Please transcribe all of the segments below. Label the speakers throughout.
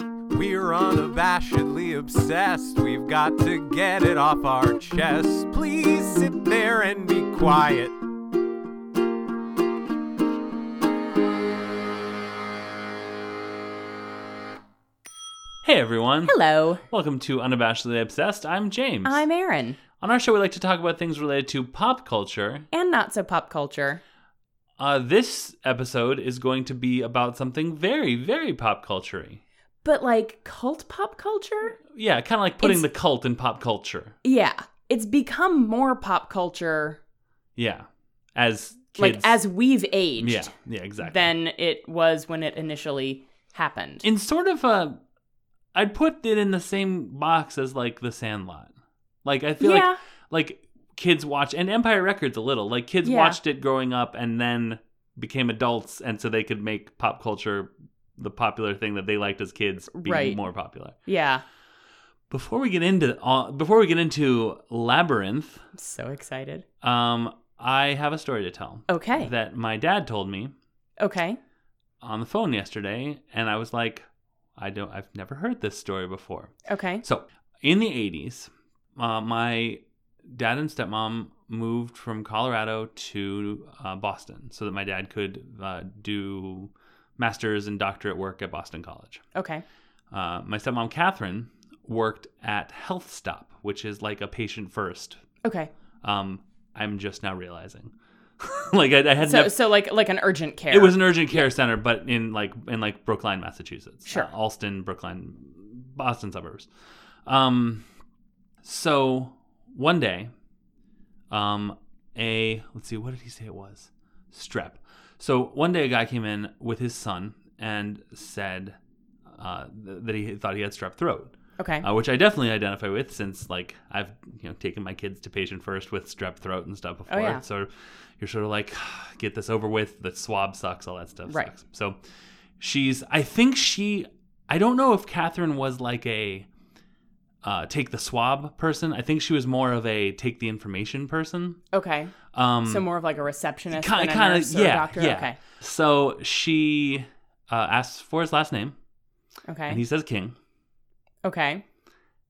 Speaker 1: We're unabashedly obsessed. We've got to get it off our chest. Please sit there and be quiet.
Speaker 2: Hey everyone.
Speaker 3: Hello,
Speaker 2: Welcome to Unabashedly Obsessed. I'm James.
Speaker 3: I'm Aaron,
Speaker 2: On our show, we like to talk about things related to pop culture.
Speaker 3: and not so pop culture.
Speaker 2: Uh, this episode is going to be about something very, very pop culture
Speaker 3: But like cult pop culture?
Speaker 2: Yeah, kind of like putting
Speaker 3: It's-
Speaker 2: the cult in pop culture.
Speaker 3: Yeah, it's become more pop culture
Speaker 2: Yeah. As kids.
Speaker 3: like as we've aged
Speaker 2: Yeah, yeah, exactly.
Speaker 3: than it was when it initially happened.
Speaker 2: in sort of a I'd put it in the same box as like The Sandlot. Like I feel
Speaker 3: yeah,
Speaker 2: like like kids watch and Empire Records a little. Like kids
Speaker 3: Yeah.
Speaker 2: watched it growing up and then became adults and so they could make pop culture the popular thing that they liked as kids be
Speaker 3: Right.
Speaker 2: more popular.
Speaker 3: yeah.
Speaker 2: Before we get into all, before we get into Labyrinth,
Speaker 3: I'm so excited.
Speaker 2: um I have a story to tell
Speaker 3: Okay,
Speaker 2: that my dad told me
Speaker 3: okay.
Speaker 2: on the phone yesterday and I was like I don't I've never heard this story before.
Speaker 3: Okay.
Speaker 2: So, in the 80s, uh, my dad and stepmom moved from Colorado to uh, Boston so that my dad could uh, do master's and doctorate work at Boston College.
Speaker 3: Okay.
Speaker 2: Uh, my stepmom, Catherine, worked at Health Stop, which is like a patient first.
Speaker 3: Okay.
Speaker 2: Um, I'm just now realizing. like, I, I had
Speaker 3: So
Speaker 2: never.
Speaker 3: so like like an urgent care.
Speaker 2: It was an urgent care center, but in like in like Brookline, Massachusetts.
Speaker 3: Sure.
Speaker 2: Uh, Alston, Brookline, Boston suburbs. Um, so one day, um, a let's see, what did he say it was? Strep. So one day, a guy came in with his son and said uh, th- that he thought he had strep throat
Speaker 3: okay.
Speaker 2: uh, which I definitely identify with since like I've you know taken my kids to patient first with strep throat and stuff before.
Speaker 3: Oh, yeah.
Speaker 2: So you're sort of like get this over with. The swab sucks. All that stuff
Speaker 3: Right.
Speaker 2: sucks. So she's I think she I don't know if Catherine was like a uh, take the swab person. I think she was more of a take the information person.
Speaker 3: Okay.
Speaker 2: Um,
Speaker 3: So more of like a receptionist
Speaker 2: Kind
Speaker 3: than
Speaker 2: of,
Speaker 3: a
Speaker 2: kind of,
Speaker 3: nurse or a
Speaker 2: yeah,
Speaker 3: doctor.
Speaker 2: yeah.
Speaker 3: Okay.
Speaker 2: So she uh, asks for his last name, and
Speaker 3: Okay.
Speaker 2: he says King.
Speaker 3: Okay.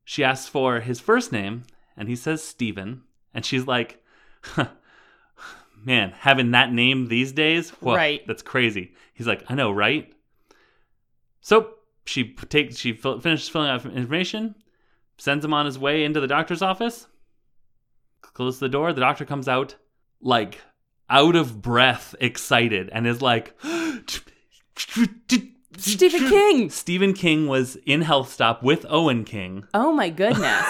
Speaker 2: She asks for his first name, and he says Steven. And she's like, huh, man, having that name these days? Whoa,
Speaker 3: Right.
Speaker 2: That's crazy. He's like, I know, right? So she p- takes, she fill, finishes filling out information, sends him on his way into the doctor's office, closes the door. The doctor comes out, like, out of breath, excited, and is like,
Speaker 3: Stephen King.
Speaker 2: Stephen King was in Health Stop with Owen King.
Speaker 3: Oh my goodness.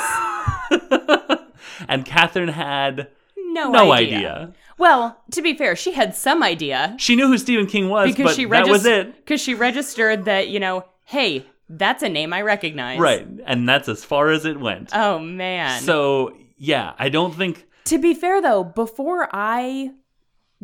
Speaker 2: and Catherine had
Speaker 3: No,
Speaker 2: no
Speaker 3: idea.
Speaker 2: idea.
Speaker 3: Well, to be fair, she had some idea
Speaker 2: She knew who Stephen King was,
Speaker 3: because
Speaker 2: but
Speaker 3: she
Speaker 2: that was
Speaker 3: registered
Speaker 2: it.
Speaker 3: because she registered that you know, hey, that's a name I recognize.
Speaker 2: Right. And that's as far as it went.
Speaker 3: Oh man.
Speaker 2: so, yeah, I don't think.
Speaker 3: to be fair though, before I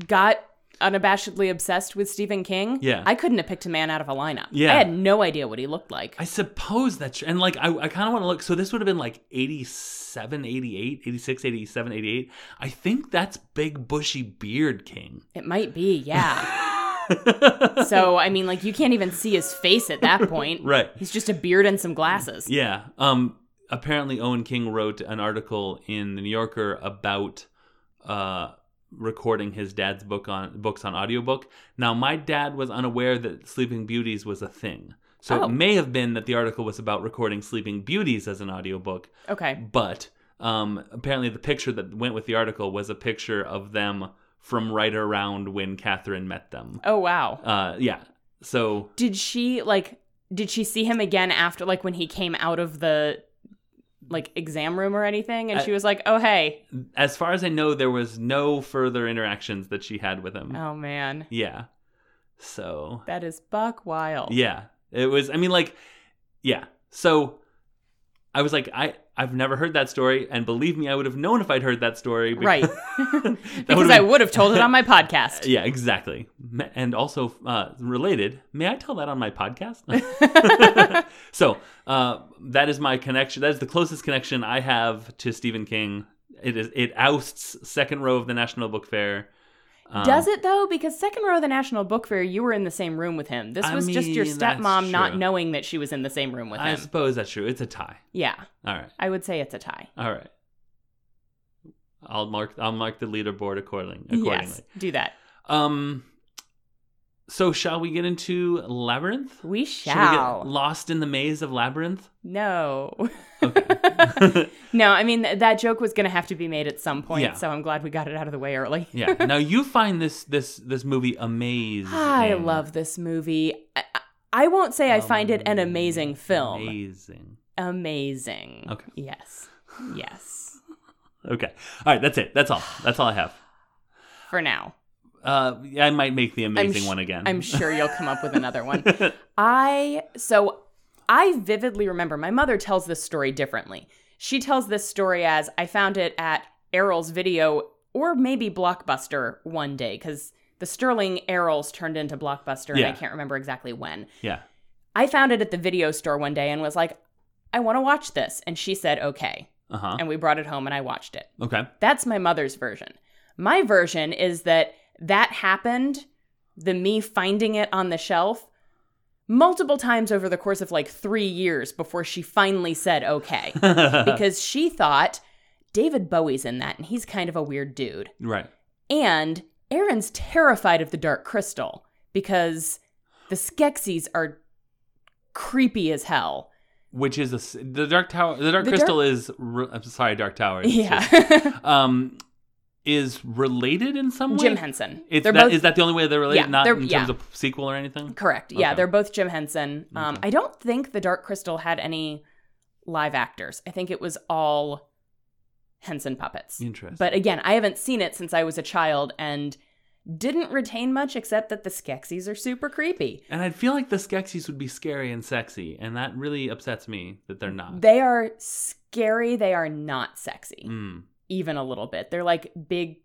Speaker 3: got unabashedly obsessed with Stephen King,
Speaker 2: Yeah.
Speaker 3: I couldn't have picked a man out of a lineup.
Speaker 2: Yeah.
Speaker 3: I had no idea what he looked like.
Speaker 2: I suppose that's. And, like, I, I kind of want to look. So, this would have been like 87, 88, 86, 87, 88. I think that's Big Bushy Beard King.
Speaker 3: it might be, yeah. so I mean, like you can't even see his face at that point.
Speaker 2: Right.
Speaker 3: He's just a beard and some glasses.
Speaker 2: Yeah. Um. Apparently, Owen King wrote an article in the New Yorker about uh, recording his dad's book on books on audiobook. Now, my dad was unaware that Sleeping Beauties was a thing, so
Speaker 3: Oh.
Speaker 2: it may have been that the article was about recording Sleeping Beauties as an audiobook.
Speaker 3: Okay.
Speaker 2: But um, apparently, the picture that went with the article was a picture of them from right around when Catherine met them.
Speaker 3: Oh wow.
Speaker 2: Uh, yeah. So
Speaker 3: did she like did she see him again after like when he came out of the like exam room or anything and
Speaker 2: I-
Speaker 3: she was like oh hey
Speaker 2: as far as I know, there was no further interactions that she had with him.
Speaker 3: oh man
Speaker 2: Yeah. So
Speaker 3: that is buck wild
Speaker 2: yeah, it was. I mean, like, yeah. So I was like, I I've never heard that story, and believe me, I would have known if I'd heard that story. bec-
Speaker 3: Right.
Speaker 2: That would've
Speaker 3: because i
Speaker 2: been-
Speaker 3: would have told it on my podcast
Speaker 2: Yeah, exactly. Ma- And also uh, related, may I tell that on my podcast? so uh, that is my connection. That is the closest connection I have to Stephen King. It is it ousts Second Row of the National Book Fair Um,
Speaker 3: Does it though? Because second row of the National Book Fair, you were in the same room with him. This
Speaker 2: I
Speaker 3: was just your
Speaker 2: mean, that's
Speaker 3: stepmom not
Speaker 2: true.
Speaker 3: knowing that she was in the same room with
Speaker 2: I
Speaker 3: him.
Speaker 2: suppose that's true. It's a tie.
Speaker 3: yeah,
Speaker 2: All right.
Speaker 3: I would say it's a tie.
Speaker 2: All right. I'll mark I'll mark the leaderboard according accordingly.
Speaker 3: Yes, do that.
Speaker 2: Um so shall we get into Labyrinth?
Speaker 3: We
Speaker 2: we
Speaker 3: shall.
Speaker 2: get lost in the maze of Labyrinth?
Speaker 3: no.
Speaker 2: Okay.
Speaker 3: no, I mean th- that joke was going to have to be made at some point,
Speaker 2: Yeah.
Speaker 3: so I'm glad we got it out of the way early.
Speaker 2: yeah. Now you find this this this movie amazing.
Speaker 3: I love this movie. I, I- I won't say I find it an
Speaker 2: Amazing.
Speaker 3: amazing film.
Speaker 2: Amazing.
Speaker 3: Amazing.
Speaker 2: Okay.
Speaker 3: Yes. Yes.
Speaker 2: Okay. All right, that's it. That's all. That's all I have.
Speaker 3: For now.
Speaker 2: Uh I might make the amazing
Speaker 3: sh-
Speaker 2: one again.
Speaker 3: I'm sure you'll come up with another one. I so I vividly remember my mother tells this story differently. She tells this story as I found it at Errol's video or maybe Blockbuster one day cuz the Sterling Errol's turned into Blockbuster
Speaker 2: Yeah.
Speaker 3: and I can't remember exactly when.
Speaker 2: yeah.
Speaker 3: I found it at the video store one day and was like I want to watch this and she said okay
Speaker 2: Uh-huh.
Speaker 3: and we brought it home and I watched it.
Speaker 2: Okay.
Speaker 3: That's my mother's version. My version is that that happened, the me finding it on the shelf, multiple times over the course of like three years before she finally said okay. because she thought David Bowie's in that and he's kind of a weird dude.
Speaker 2: right.
Speaker 3: And Aaron's terrified of the dark crystal because the Skeksis are creepy as hell.
Speaker 2: which is a s the dark tower the dark
Speaker 3: The
Speaker 2: crystal is re, i'm sorry dark tower is-
Speaker 3: Yeah.
Speaker 2: um is related in some way
Speaker 3: Jim Henson.
Speaker 2: it's
Speaker 3: They're
Speaker 2: that-
Speaker 3: both
Speaker 2: is that the only way they're related
Speaker 3: Yeah,
Speaker 2: not
Speaker 3: they're-
Speaker 2: in terms
Speaker 3: yeah.
Speaker 2: of sequel or anything
Speaker 3: Correct. Yeah,
Speaker 2: Okay.
Speaker 3: they're both Jim Henson. Um,
Speaker 2: Okay.
Speaker 3: I don't think The Dark Crystal had any live actors. I think it was all Henson puppets.
Speaker 2: interesting
Speaker 3: But again, I haven't seen it since I was a child and didn't retain much except that the Skeksis are super creepy.
Speaker 2: and i feel like the skeksis would be scary and sexy and that really upsets me that they're not
Speaker 3: They are scary. They are not sexy,
Speaker 2: Ah. Mm.
Speaker 3: even a little bit. They're like big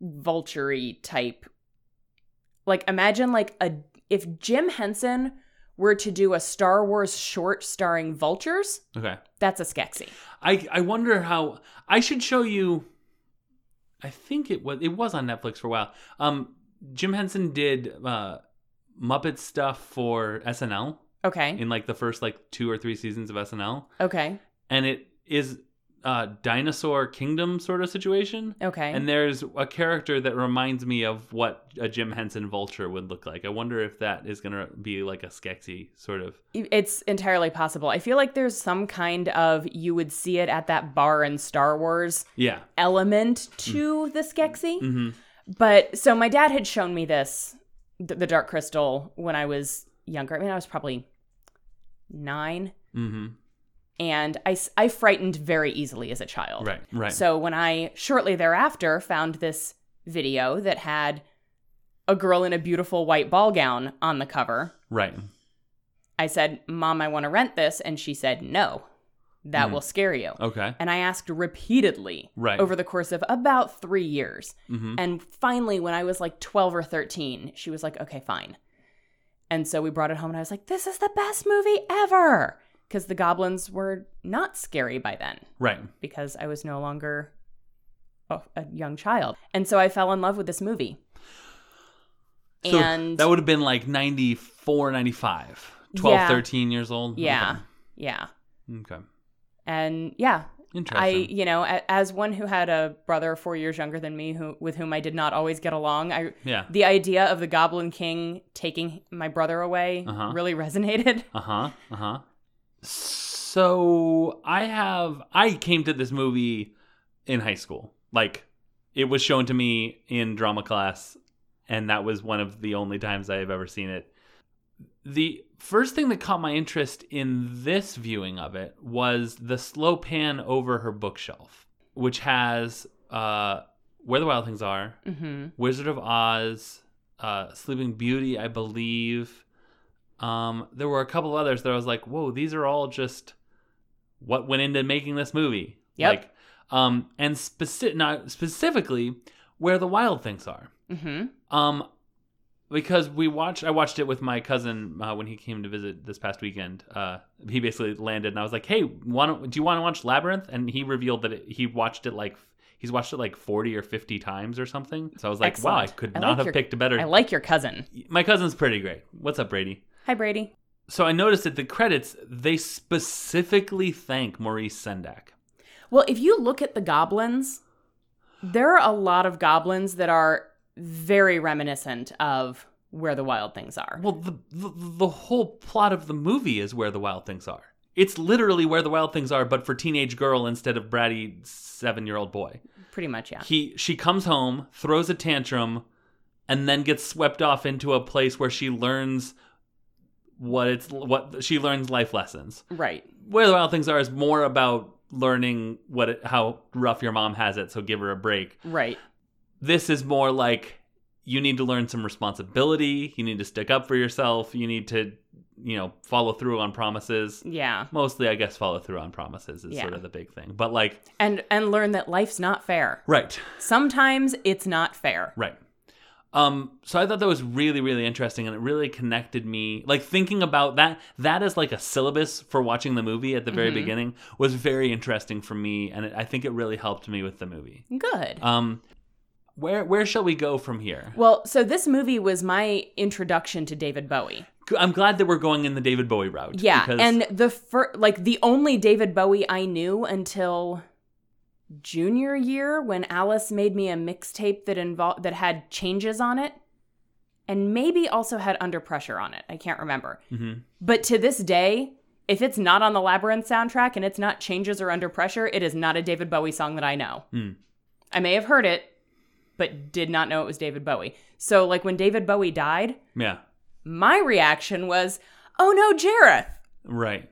Speaker 3: vulture type. Like imagine like a if Jim Henson were to do a Star Wars short starring vultures,
Speaker 2: okay
Speaker 3: That's a Skeksis.
Speaker 2: i i wonder how i should show you i think it was it was on netflix for a while um jim henson did uh muppet stuff for snl
Speaker 3: Okay.
Speaker 2: in like the first like two or three seasons of SNL,
Speaker 3: Okay.
Speaker 2: and it is a dinosaur kingdom sort of situation.
Speaker 3: Okay.
Speaker 2: And there's a character that reminds me of what a Jim Henson vulture would look like. I wonder if that is gonna be like a Skeksis sort of.
Speaker 3: it's entirely possible. I feel like there's some kind of you would see it at that bar in Star Wars
Speaker 2: Yeah.
Speaker 3: element to the Skeksis.
Speaker 2: hmm
Speaker 3: But so my dad had shown me this, th- the Dark Crystal, when I was younger. I mean, I was probably nine.
Speaker 2: hmm
Speaker 3: And I, s- I frightened very easily as a child.
Speaker 2: Right. Right.
Speaker 3: So when I shortly thereafter found this video that had a girl in a beautiful white ball gown on the cover,
Speaker 2: right.
Speaker 3: I said, Mom, I want to rent this. And she said, No, that
Speaker 2: Mhm.
Speaker 3: will scare you.
Speaker 2: Okay.
Speaker 3: And I asked repeatedly
Speaker 2: Right.
Speaker 3: over the course of about three years.
Speaker 2: hmm
Speaker 3: And finally, when I was like 12 or 13, she was like, Okay, fine. And so we brought it home, and I was like, This is the best movie ever. Because the goblins were not scary by then,
Speaker 2: Right.
Speaker 3: because I was no longer a, a young child. And so I fell in love with this movie.
Speaker 2: So
Speaker 3: and
Speaker 2: that would have been like 94, 95, 12,
Speaker 3: Yeah.
Speaker 2: 13 years old.
Speaker 3: yeah, yeah.
Speaker 2: Okay. Okay.
Speaker 3: And yeah, I,
Speaker 2: Interesting.
Speaker 3: you know, a- as one who had a brother four years younger than me, who with whom I did not always get along, I
Speaker 2: yeah.
Speaker 3: the idea of the Goblin King taking my brother away
Speaker 2: Uh-huh.
Speaker 3: really resonated.
Speaker 2: Uh huh. Uh huh. So I have I came to this movie in high school. Like it was shown to me in drama class, and that was one of the only times I have ever seen it. The first thing that caught my interest in this viewing of it was the slow pan over her bookshelf, which has uh, Where the Wild Things Are,
Speaker 3: hmm
Speaker 2: Wizard of Oz, uh, Sleeping Beauty, I believe. Um, there were a couple others that I was like, whoa, these are all just what went into making this movie.
Speaker 3: Yep.
Speaker 2: Like, um, and speci- not specifically where the wild things are.
Speaker 3: hmm
Speaker 2: Um, because we watched, I watched it with my cousin uh, when he came to visit this past weekend. Uh, he basically landed, and I was like, "Hey, want do you want to watch Labyrinth?" And he revealed that it, he watched it like He's watched it like 40 or 50 times or something. So I was like, wow, I
Speaker 3: Excellent.
Speaker 2: could
Speaker 3: I
Speaker 2: not
Speaker 3: like
Speaker 2: have
Speaker 3: your-
Speaker 2: picked a better.
Speaker 3: I like your cousin.
Speaker 2: My cousin's pretty great. What's up, Brady?
Speaker 3: Hi, Brady.
Speaker 2: So I noticed that the credits, they specifically thank Maurice Sendak.
Speaker 3: Well, if you look at the goblins, there are a lot of goblins that are very reminiscent of where the wild things are.
Speaker 2: Well, the, the the whole plot of the movie is where the wild things are. It's literally where the wild things are, but for teenage girl instead of bratty seven year old boy.
Speaker 3: Pretty much, yeah.
Speaker 2: He she comes home, throws a tantrum, and then gets swept off into a place where she learns what it's what she learns life lessons.
Speaker 3: Right.
Speaker 2: Where the wild things are is more about learning what it, how rough your mom has it, so give her a break
Speaker 3: Right.
Speaker 2: this is more like you need to learn some responsibility you need to stick up for yourself you need to you know follow through on promises
Speaker 3: Yeah.
Speaker 2: mostly i guess follow through on promises is
Speaker 3: Yeah.
Speaker 2: sort of the big thing but like
Speaker 3: And and learn that life's not fair.
Speaker 2: right
Speaker 3: Sometimes it's not fair.
Speaker 2: right um so i thought that was really really interesting and it really connected me like thinking about that that as like a syllabus for watching the movie at the very
Speaker 3: Mhm.
Speaker 2: beginning was very interesting for me and it, i think it really helped me with the movie
Speaker 3: Good.
Speaker 2: um where where shall we go from here
Speaker 3: Well, so this movie was my introduction to David Bowie.
Speaker 2: I'm glad that we're going in the David Bowie route.
Speaker 3: Yeah,
Speaker 2: because
Speaker 3: and the fir- like the only David Bowie I knew until junior year when Alice made me a mixtape that involved that had changes on it and maybe also had under pressure on it. I can't remember.
Speaker 2: Mhm.
Speaker 3: But to this day, if it's not on the Labyrinth soundtrack and it's not changes or under pressure, it is not a David Bowie song that I know.
Speaker 2: Hmm.
Speaker 3: I may have heard it, but did not know it was David Bowie. So like when David Bowie died,
Speaker 2: yeah,
Speaker 3: my reaction was, "Oh no, Jareth."
Speaker 2: right.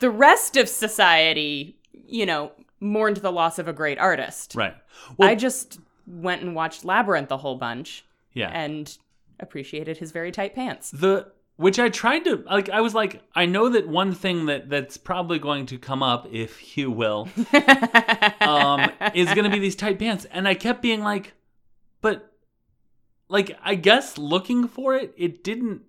Speaker 3: the rest of society, you know, mourned the loss of a great artist.
Speaker 2: Right. Well,
Speaker 3: I just went and watched Labyrinth a whole bunch
Speaker 2: yeah.
Speaker 3: and appreciated his very tight pants.
Speaker 2: the which I tried to like I was like I know that one thing that that's probably going to come up if you will um is going to be these tight pants and I kept being like but like I guess looking for it it didn't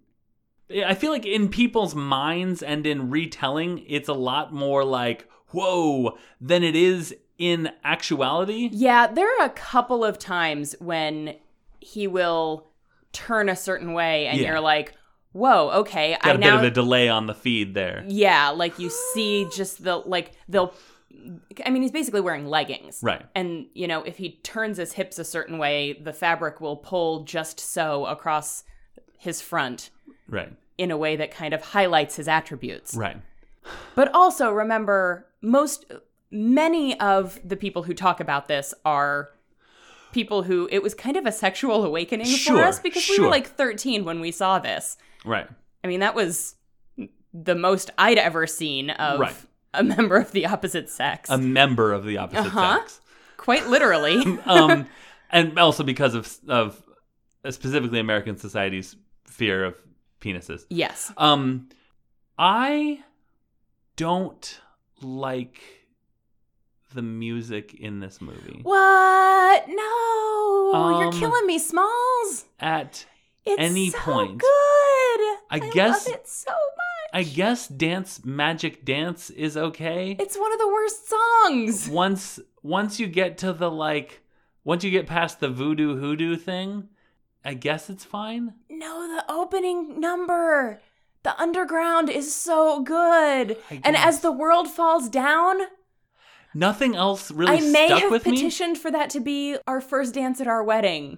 Speaker 2: I feel like in people's minds and in retelling it's a lot more like whoa than it is in actuality.
Speaker 3: Yeah, there are a couple of times when he will turn a certain way and
Speaker 2: Yeah.
Speaker 3: you're like, whoa, okay, I
Speaker 2: Got a
Speaker 3: now
Speaker 2: bit of a delay on the feed there.
Speaker 3: Yeah, like you see just the like they'll I mean he's basically wearing leggings.
Speaker 2: Right.
Speaker 3: And you know, if he turns his hips a certain way, the fabric will pull just so across his front
Speaker 2: Right.
Speaker 3: in a way that kind of highlights his attributes.
Speaker 2: Right.
Speaker 3: But also remember most many of the people who talk about this are people who it was kind of a sexual awakening
Speaker 2: Sure,
Speaker 3: for us because we
Speaker 2: sure.
Speaker 3: were like 13 when we saw this.
Speaker 2: Right.
Speaker 3: I mean, that was the most I'd ever seen of
Speaker 2: Right. Um,
Speaker 3: a member of the opposite sex.
Speaker 2: A member of the opposite
Speaker 3: Uh-huh.
Speaker 2: sex.
Speaker 3: Quite literally.
Speaker 2: Um and also because of of uh, specifically American society's fear of penises.
Speaker 3: yes.
Speaker 2: Um I don't like the music in this movie.
Speaker 3: What? No.
Speaker 2: Um,
Speaker 3: You're killing me, Smalls.
Speaker 2: At
Speaker 3: It's
Speaker 2: any
Speaker 3: so
Speaker 2: point.
Speaker 3: good. I,
Speaker 2: guess-
Speaker 3: love it so much.
Speaker 2: I guess Dance Magic Dance is okay.
Speaker 3: It's one of the worst songs.
Speaker 2: once once you get to the like once you get past the voodoo hoodoo thing, I guess it's fine.
Speaker 3: No, the opening number. The underground is so good.
Speaker 2: I
Speaker 3: And
Speaker 2: guess.
Speaker 3: as the world falls down,
Speaker 2: Nothing else really
Speaker 3: I may
Speaker 2: stuck
Speaker 3: have
Speaker 2: with me.
Speaker 3: petitioned for that to be our first dance at our wedding.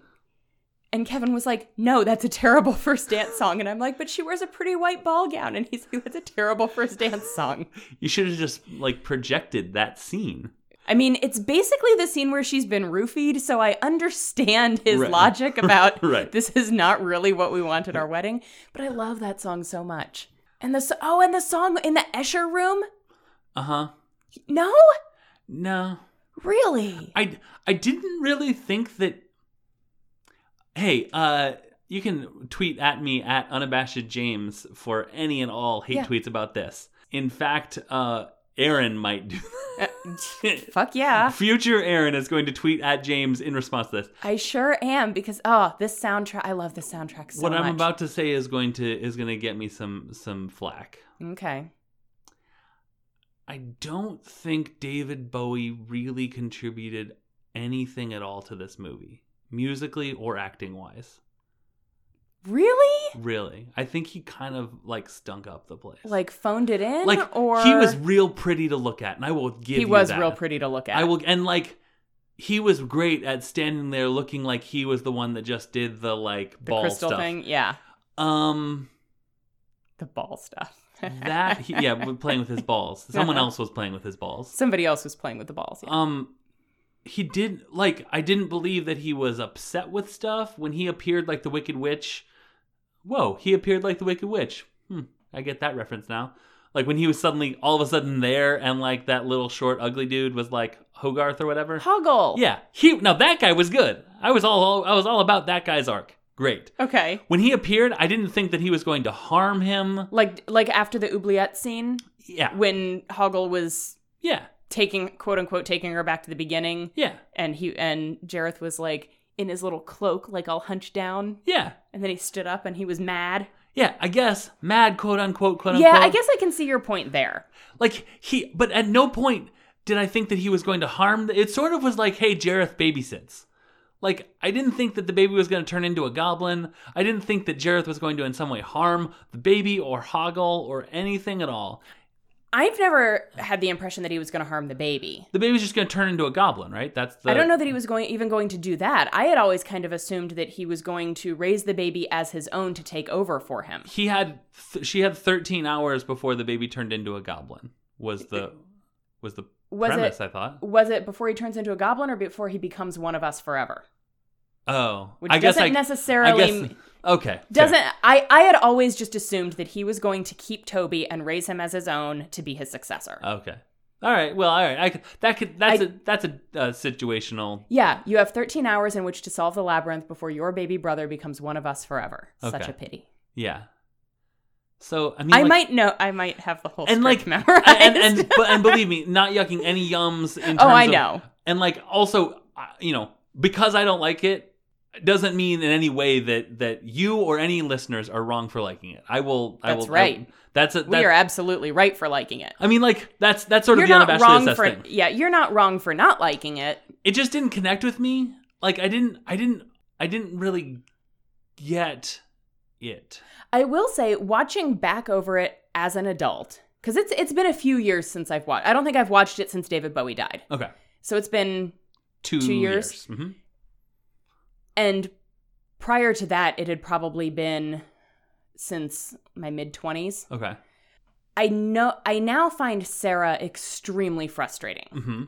Speaker 3: And Kevin was like, "No, that's a terrible first dance song." And I'm like, "But she wears a pretty white ball gown." And he's like, "That's a terrible first dance song."
Speaker 2: You should have just like projected that scene.
Speaker 3: I mean, it's basically the scene where she's been roofied, so I understand his
Speaker 2: Right.
Speaker 3: logic about
Speaker 2: Right.
Speaker 3: this is not really what we want at our wedding. But I love that song so much. And the so- oh, and the song in the Escher room?
Speaker 2: Uh huh.
Speaker 3: No,
Speaker 2: No,
Speaker 3: really?
Speaker 2: I I didn't really think that. Hey, uh, you can tweet at me at unabashed James for any and all hate
Speaker 3: Yeah.
Speaker 2: tweets about this. In fact, uh, Aaron might do. that.
Speaker 3: Uh, Fuck yeah.
Speaker 2: Future Aaron is going to tweet at James in response to this.
Speaker 3: I sure am because oh, this soundtrack. I love this soundtrack so
Speaker 2: what
Speaker 3: much.
Speaker 2: I'm about to say is going to is going to get me some some flack.
Speaker 3: Okay.
Speaker 2: I don't think David Bowie really contributed anything at all to this movie, musically or acting wise.
Speaker 3: Really?
Speaker 2: Really, I think he kind of like stunk up the place.
Speaker 3: Like phoned it in?
Speaker 2: like
Speaker 3: or
Speaker 2: he was real pretty to look at, and I will give.
Speaker 3: he
Speaker 2: you
Speaker 3: was
Speaker 2: that.
Speaker 3: real pretty to look at.
Speaker 2: I will, and like he was great at standing there looking like he was the one that just did the like
Speaker 3: the
Speaker 2: ball
Speaker 3: crystal
Speaker 2: stuff.
Speaker 3: thing, yeah,
Speaker 2: Um,
Speaker 3: the ball stuff.
Speaker 2: that he, yeah, we're playing with his balls. Someone
Speaker 3: Uh-huh.
Speaker 2: else was playing with his balls.
Speaker 3: somebody else was playing with the balls. Yeah.
Speaker 2: Um, he did like I didn't believe that he was upset with stuff when he appeared like the Wicked Witch. Whoa, he appeared like the Wicked Witch. Hmm, I get that reference now. Like when he was suddenly all of a sudden there, and like that little short ugly dude was like Hogarth or whatever.
Speaker 3: Hoggle.
Speaker 2: Yeah, he now that guy was good. I was all, all I was all about that guy's arc. Great.
Speaker 3: Okay.
Speaker 2: When he appeared, I didn't think that he was going to harm him.
Speaker 3: Like like after the oubliette scene
Speaker 2: Yeah,
Speaker 3: when Hoggle was
Speaker 2: yeah,
Speaker 3: taking quote unquote taking her back to the beginning
Speaker 2: yeah,
Speaker 3: and he and Jareth was like in his little cloak like all hunched down
Speaker 2: yeah,
Speaker 3: and then he stood up and he was mad.
Speaker 2: yeah. I guess mad, quote unquote, quote
Speaker 3: yeah,
Speaker 2: unquote.
Speaker 3: I guess I can see your point there.
Speaker 2: Like he, but at no point did I think that he was going to harm. The, it sort of was like, hey, Jareth babysits. Like I didn't think that the baby was going to turn into a goblin. I didn't think that Jareth was going to in some way harm the baby or Hoggle or anything at all.
Speaker 3: I've never had the impression that he was going to harm the baby.
Speaker 2: The baby's just going to turn into a goblin, right? That's the
Speaker 3: I don't know that he was going even going to do that. I had always kind of assumed that he was going to raise the baby as his own to take over for him.
Speaker 2: he had th- she had 13 hours before the baby turned into a goblin was the was the
Speaker 3: Was
Speaker 2: premise
Speaker 3: it
Speaker 2: i thought
Speaker 3: was it before he turns into a goblin or before he becomes one of us forever?
Speaker 2: oh
Speaker 3: Which
Speaker 2: i guess
Speaker 3: doesn't
Speaker 2: I, I
Speaker 3: necessarily
Speaker 2: guess okay fair.
Speaker 3: doesn't I I had always just assumed that he was going to keep Toby and raise him as his own to be his successor.
Speaker 2: okay all right well all right I could, that could that's
Speaker 3: I-
Speaker 2: a that's a uh, situational
Speaker 3: yeah, you have 13 hours in which to solve the labyrinth before your baby brother becomes one of us forever. Such
Speaker 2: Okay.
Speaker 3: a pity.
Speaker 2: yeah so i mean
Speaker 3: I
Speaker 2: like-
Speaker 3: might know. I might have the whole
Speaker 2: And,
Speaker 3: and
Speaker 2: like,
Speaker 3: like memorized.
Speaker 2: and and, and, but, and believe me not yucking any yums in terms
Speaker 3: oh, I
Speaker 2: of-
Speaker 3: know.
Speaker 2: and like also I- you know because i don't like it doesn't mean in any way that that you or any listeners are wrong for liking it i will i
Speaker 3: That's
Speaker 2: will I-
Speaker 3: right.
Speaker 2: that's a
Speaker 3: we
Speaker 2: that,
Speaker 3: are absolutely right for liking it.
Speaker 2: i mean like that's that's sort
Speaker 3: you're
Speaker 2: of the
Speaker 3: not
Speaker 2: unabashedly
Speaker 3: wrong
Speaker 2: assessed
Speaker 3: for
Speaker 2: thing
Speaker 3: yeah. You're not wrong for not liking it.
Speaker 2: it just didn't connect with me like i didn't i didn't i didn't really get it
Speaker 3: I will say, watching back over it as an adult, because it's it's been a few years since I've watched. I don't think I've watched it since David Bowie died.
Speaker 2: okay
Speaker 3: So it's been
Speaker 2: two,
Speaker 3: Two years?
Speaker 2: Mhm.
Speaker 3: and prior to that, it had probably been since my mid twenties.
Speaker 2: okay
Speaker 3: I know I now find Sarah extremely frustrating.
Speaker 2: hmm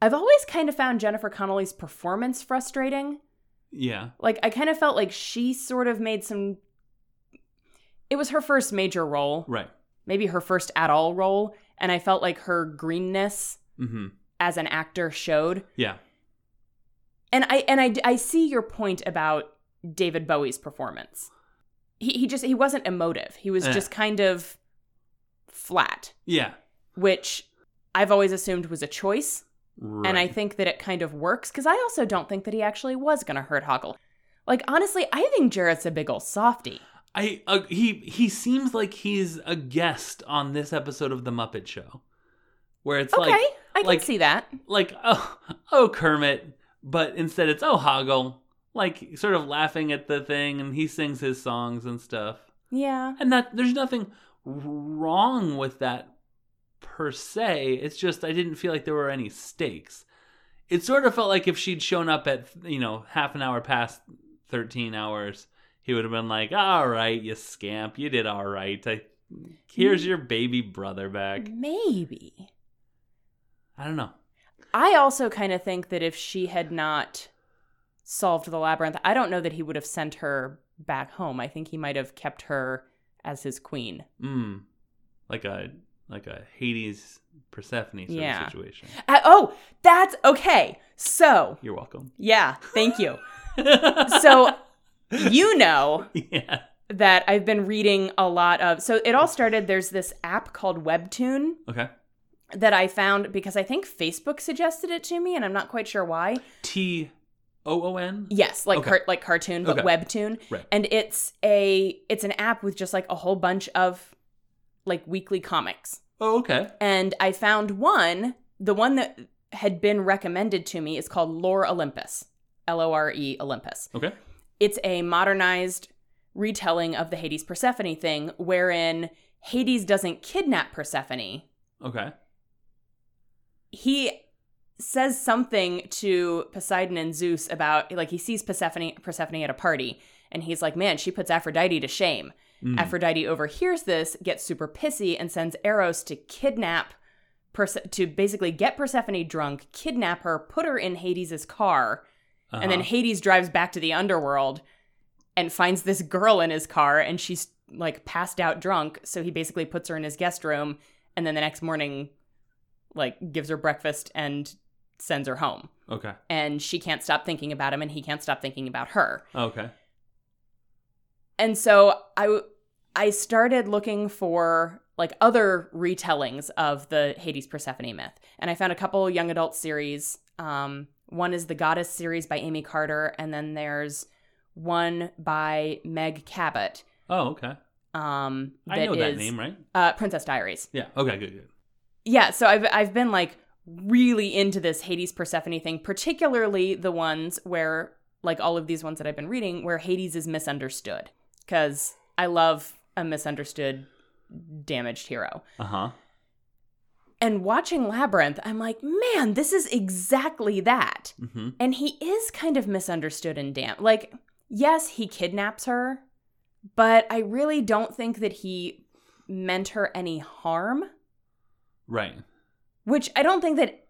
Speaker 3: I've always kind of found Jennifer Connelly's performance frustrating.
Speaker 2: yeah
Speaker 3: Like I kind of felt like she sort of made some it was her first major role,
Speaker 2: right
Speaker 3: maybe her first at all role, and I felt like her greenness
Speaker 2: hmm
Speaker 3: as an actor showed.
Speaker 2: yeah
Speaker 3: And I and I I see your point about David Bowie's performance. He he just he wasn't emotive. He was
Speaker 2: Eh.
Speaker 3: just kind of flat,
Speaker 2: yeah
Speaker 3: which I've always assumed was a choice.
Speaker 2: right.
Speaker 3: And I think that it kind of works because I also don't think that he actually was going to hurt Hoggle. Like, honestly, I think Jarrett's a big ol' softy.
Speaker 2: I uh, he he seems like he's a guest on this episode of the Muppet Show, where it's
Speaker 3: okay,
Speaker 2: like
Speaker 3: I can
Speaker 2: like-
Speaker 3: see that.
Speaker 2: like oh oh Kermit, but instead it's oh Hoggle, like sort of laughing at the thing, and he sings his songs and stuff,
Speaker 3: Yeah.
Speaker 2: and that there's nothing wrong with that per se. It's just I didn't feel like there were any stakes. It sort of felt like if she'd shown up at you know half an hour past thirteen hours, he would have been like, "All right, you scamp, you did all right. I, here's
Speaker 3: Mm.
Speaker 2: your baby brother back."
Speaker 3: Maybe.
Speaker 2: I don't know.
Speaker 3: I also kind of think that if she had not solved the labyrinth, I don't know that he would have sent her back home. I think he might have kept her as his queen.
Speaker 2: Mm. Like a like a Hades Persephone sort
Speaker 3: Yeah.
Speaker 2: of situation.
Speaker 3: I, oh, that's okay. So,
Speaker 2: You're welcome.
Speaker 3: yeah, thank you. so, you know
Speaker 2: yeah.
Speaker 3: that I've been reading a lot of. So it all started, there's this app called Webtoon
Speaker 2: Okay.
Speaker 3: that I found because I think Facebook suggested it to me and I'm not quite sure why.
Speaker 2: T O O N.
Speaker 3: Yes, like
Speaker 2: Okay.
Speaker 3: car- like cartoon but
Speaker 2: Okay.
Speaker 3: Webtoon.
Speaker 2: Right.
Speaker 3: And it's a it's an app with just like a whole bunch of like weekly comics.
Speaker 2: Oh, okay.
Speaker 3: And I found one, the one that had been recommended to me is called Lore Olympus, L O R E Olympus.
Speaker 2: Okay.
Speaker 3: It's a modernized retelling of the Hades Persephone thing, wherein Hades doesn't kidnap Persephone.
Speaker 2: Okay.
Speaker 3: He says something to Poseidon and Zeus about, like, he sees Persephone, Persephone at a party, and he's like, man, she puts Aphrodite to shame.
Speaker 2: Mm.
Speaker 3: Aphrodite overhears this, gets super pissy, and sends Eros to kidnap, Perse- to basically get Persephone drunk, kidnap her, put her in Hades' car, and then
Speaker 2: Uh-huh.
Speaker 3: Hades drives back to the underworld and finds this girl in his car, and she's like passed out drunk. So he basically puts her in his guest room, and then the next morning, like, gives her breakfast and sends her home.
Speaker 2: Uh-huh. Okay.
Speaker 3: And she can't stop thinking about him, and he can't stop thinking about her.
Speaker 2: Oh, Okay.
Speaker 3: And so I w- I started looking for like other retellings of the Hades Persephone myth, and I found a couple young adult series. Um, one is the Goddess series by Amy Carter, and then there's one by Meg Cabot.
Speaker 2: Oh, okay.
Speaker 3: Um,
Speaker 2: I know that
Speaker 3: is,
Speaker 2: name, right?
Speaker 3: Uh, Princess Diaries.
Speaker 2: Yeah. Okay. Good. Good.
Speaker 3: Yeah, so I've I've been like really into this Hades Persephone thing, particularly the ones where like all of these ones that I've been reading where Hades is misunderstood cuz I love a misunderstood damaged hero.
Speaker 2: Uh huh.
Speaker 3: And watching Labyrinth, I'm like, "Man, this is exactly that."
Speaker 2: Mm-hmm.
Speaker 3: And he is kind of misunderstood and damn. Like, yes, he kidnaps her, but I really don't think that he meant her any harm.
Speaker 2: Right.
Speaker 3: Which I don't think that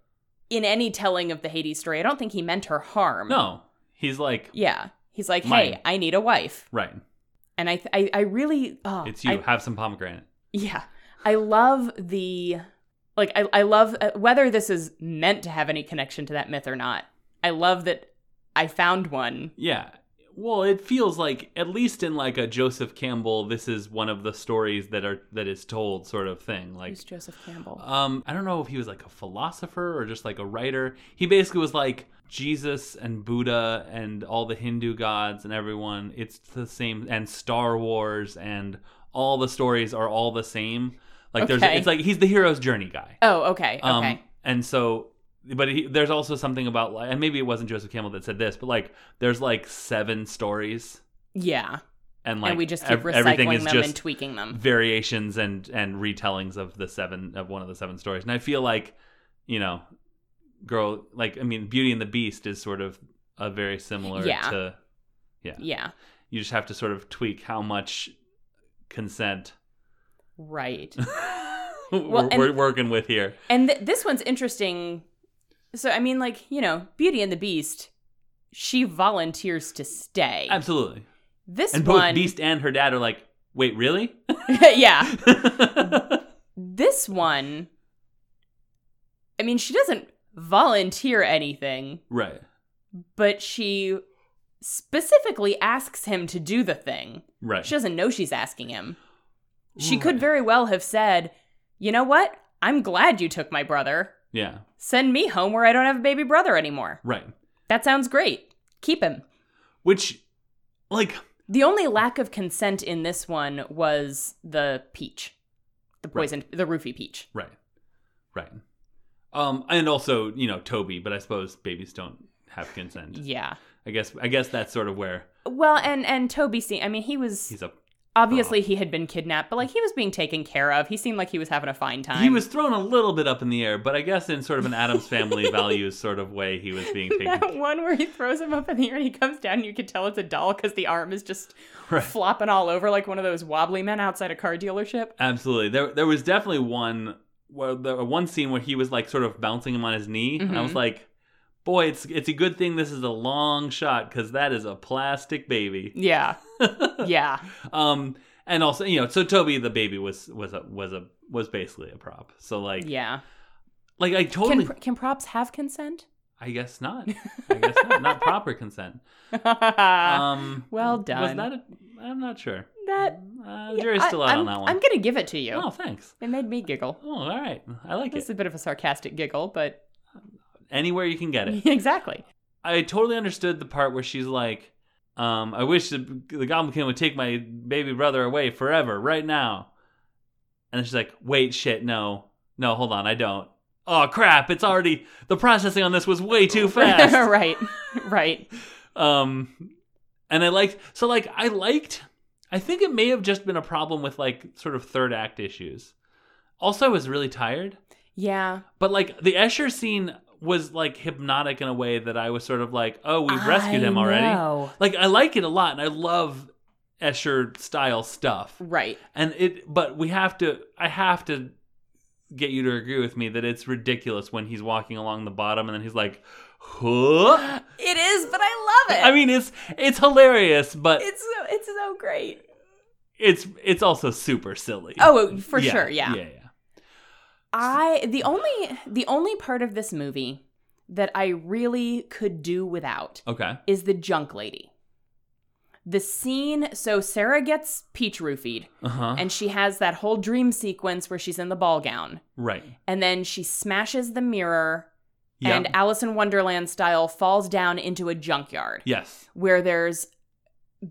Speaker 3: in any telling of the Hades story, I don't think he meant her harm.
Speaker 2: No, he's like
Speaker 3: Yeah. He's like, hey,
Speaker 2: Mine.
Speaker 3: I need a wife.
Speaker 2: right.
Speaker 3: And I, th- I, I really, oh,
Speaker 2: It's you.
Speaker 3: I-
Speaker 2: Have some pomegranate.
Speaker 3: yeah. I love the, like, I, I love uh, whether this is meant to have any connection to that myth or not. I love that I found one.
Speaker 2: Yeah. Well, it feels like at least in like a Joseph Campbell, this is one of the stories that are that is told sort of thing. Like
Speaker 3: Who's Joseph Campbell?
Speaker 2: um I don't know if he was like a philosopher or just like a writer. He basically was like Jesus and Buddha and all the Hindu gods and everyone. It's the same and Star Wars and all the stories are all the same. Like
Speaker 3: Okay.
Speaker 2: there's it's like he's the hero's journey guy.
Speaker 3: oh, okay. Okay.
Speaker 2: Um, and so, but he, there's also something about, like, and maybe it wasn't Joseph Campbell that said this, but like, there's like seven stories,
Speaker 3: yeah.
Speaker 2: and like,
Speaker 3: and we just keep
Speaker 2: ev- everything
Speaker 3: recycling
Speaker 2: is
Speaker 3: them
Speaker 2: just
Speaker 3: and tweaking them.
Speaker 2: variations and and retellings of the seven of one of the seven stories. And I feel like, you know, girl, like I mean, Beauty and the Beast is sort of a very similar
Speaker 3: Yeah.
Speaker 2: to.
Speaker 3: Yeah.
Speaker 2: You just have to sort of tweak how much consent
Speaker 3: Right.
Speaker 2: we're,
Speaker 3: and-
Speaker 2: we're working with here.
Speaker 3: And th- this one's interesting. So I mean, like you know, Beauty and the Beast, she volunteers to stay.
Speaker 2: Absolutely.
Speaker 3: this
Speaker 2: And both
Speaker 3: one,
Speaker 2: Beast and her dad are like, wait, really?
Speaker 3: yeah, this one. I mean, she doesn't volunteer anything,
Speaker 2: right.
Speaker 3: but she specifically asks him to do the thing.
Speaker 2: Right.
Speaker 3: She doesn't know she's asking him. She
Speaker 2: Right.
Speaker 3: could very well have said, "You know what? I'm glad you took my brother.
Speaker 2: Yeah.
Speaker 3: Send me home where I don't have a baby brother anymore.
Speaker 2: Right.
Speaker 3: That sounds great. Keep him."
Speaker 2: Which like
Speaker 3: The only lack of consent in this one was the peach, the
Speaker 2: Right.
Speaker 3: poison, the roofie peach.
Speaker 2: right. Right. Um and also, you know, Toby, but I suppose babies don't have consent.
Speaker 3: Yeah.
Speaker 2: I guess I guess that's sort of where
Speaker 3: Well, and and Toby seemed. I mean, he was
Speaker 2: he's a
Speaker 3: obviously he had been kidnapped, but like he was being taken care of. He seemed like he was having a fine time.
Speaker 2: he was thrown a little bit up in the air, but I guess in sort of an Adams family values sort of way he was being taken.
Speaker 3: That one where he throws him up in the air and he comes down, and you can tell it's a doll because the arm is just
Speaker 2: Right.
Speaker 3: flopping all over like one of those wobbly men outside a car dealership.
Speaker 2: Absolutely. There there was definitely one where the one scene where he was like sort of bouncing him on his knee, and I was
Speaker 3: Mhm.
Speaker 2: like, "Boy, it's it's a good thing this is a long shot because that is a plastic baby."
Speaker 3: Yeah, yeah,
Speaker 2: um, and also you know, so Toby the baby was was a was a was basically a prop. So like
Speaker 3: yeah.
Speaker 2: like I
Speaker 3: Can
Speaker 2: totally
Speaker 3: pr- can props have consent?
Speaker 2: I guess not. I guess not. not proper consent. Um,
Speaker 3: Ah, well
Speaker 2: Was
Speaker 3: done.
Speaker 2: that a, I'm not sure.
Speaker 3: that
Speaker 2: Uh,
Speaker 3: Yeah,
Speaker 2: jury's
Speaker 3: I-
Speaker 2: still out
Speaker 3: I'm,
Speaker 2: on that one.
Speaker 3: I'm gonna give it to you.
Speaker 2: oh, thanks.
Speaker 3: It made me giggle.
Speaker 2: Oh, all right. I like
Speaker 3: It's
Speaker 2: it.
Speaker 3: a bit of a sarcastic giggle, but
Speaker 2: Anywhere you can get it.
Speaker 3: exactly.
Speaker 2: I totally understood the part where she's like, um, "I wish the, the Goblin King would take my baby brother away forever, right now." And then she's like, "Wait, shit, no, no, hold on, I don't. oh crap, it's already the processing on this was way too fast.
Speaker 3: right. Right.
Speaker 2: um and I liked so like I liked I think it may have just been a problem with like sort of third act issues. Also I was really tired.
Speaker 3: Yeah.
Speaker 2: But like the Escher scene was like hypnotic in a way that I was sort of like, oh, we've rescued
Speaker 3: I
Speaker 2: him already.
Speaker 3: know.
Speaker 2: Like I like it a lot and I love Escher style stuff.
Speaker 3: Right.
Speaker 2: And it but we have to I have to get you to agree with me that it's ridiculous when he's walking along the bottom and then he's like, huh?
Speaker 3: It is, but I love it.
Speaker 2: I mean it's it's hilarious, but
Speaker 3: it's so, it's so great.
Speaker 2: it's it's also super silly.
Speaker 3: Oh, for sure. Yeah.
Speaker 2: Yeah, yeah.
Speaker 3: I the only the only part of this movie that I really could do without
Speaker 2: Okay.
Speaker 3: is the junk lady. The scene so Sarah gets peach roofied
Speaker 2: Uh-huh.
Speaker 3: and she has that whole dream sequence where she's in the ball gown
Speaker 2: right.
Speaker 3: and then she smashes the mirror
Speaker 2: Yeah.
Speaker 3: and Alice in Wonderland style falls down into a junkyard
Speaker 2: yes.
Speaker 3: where there's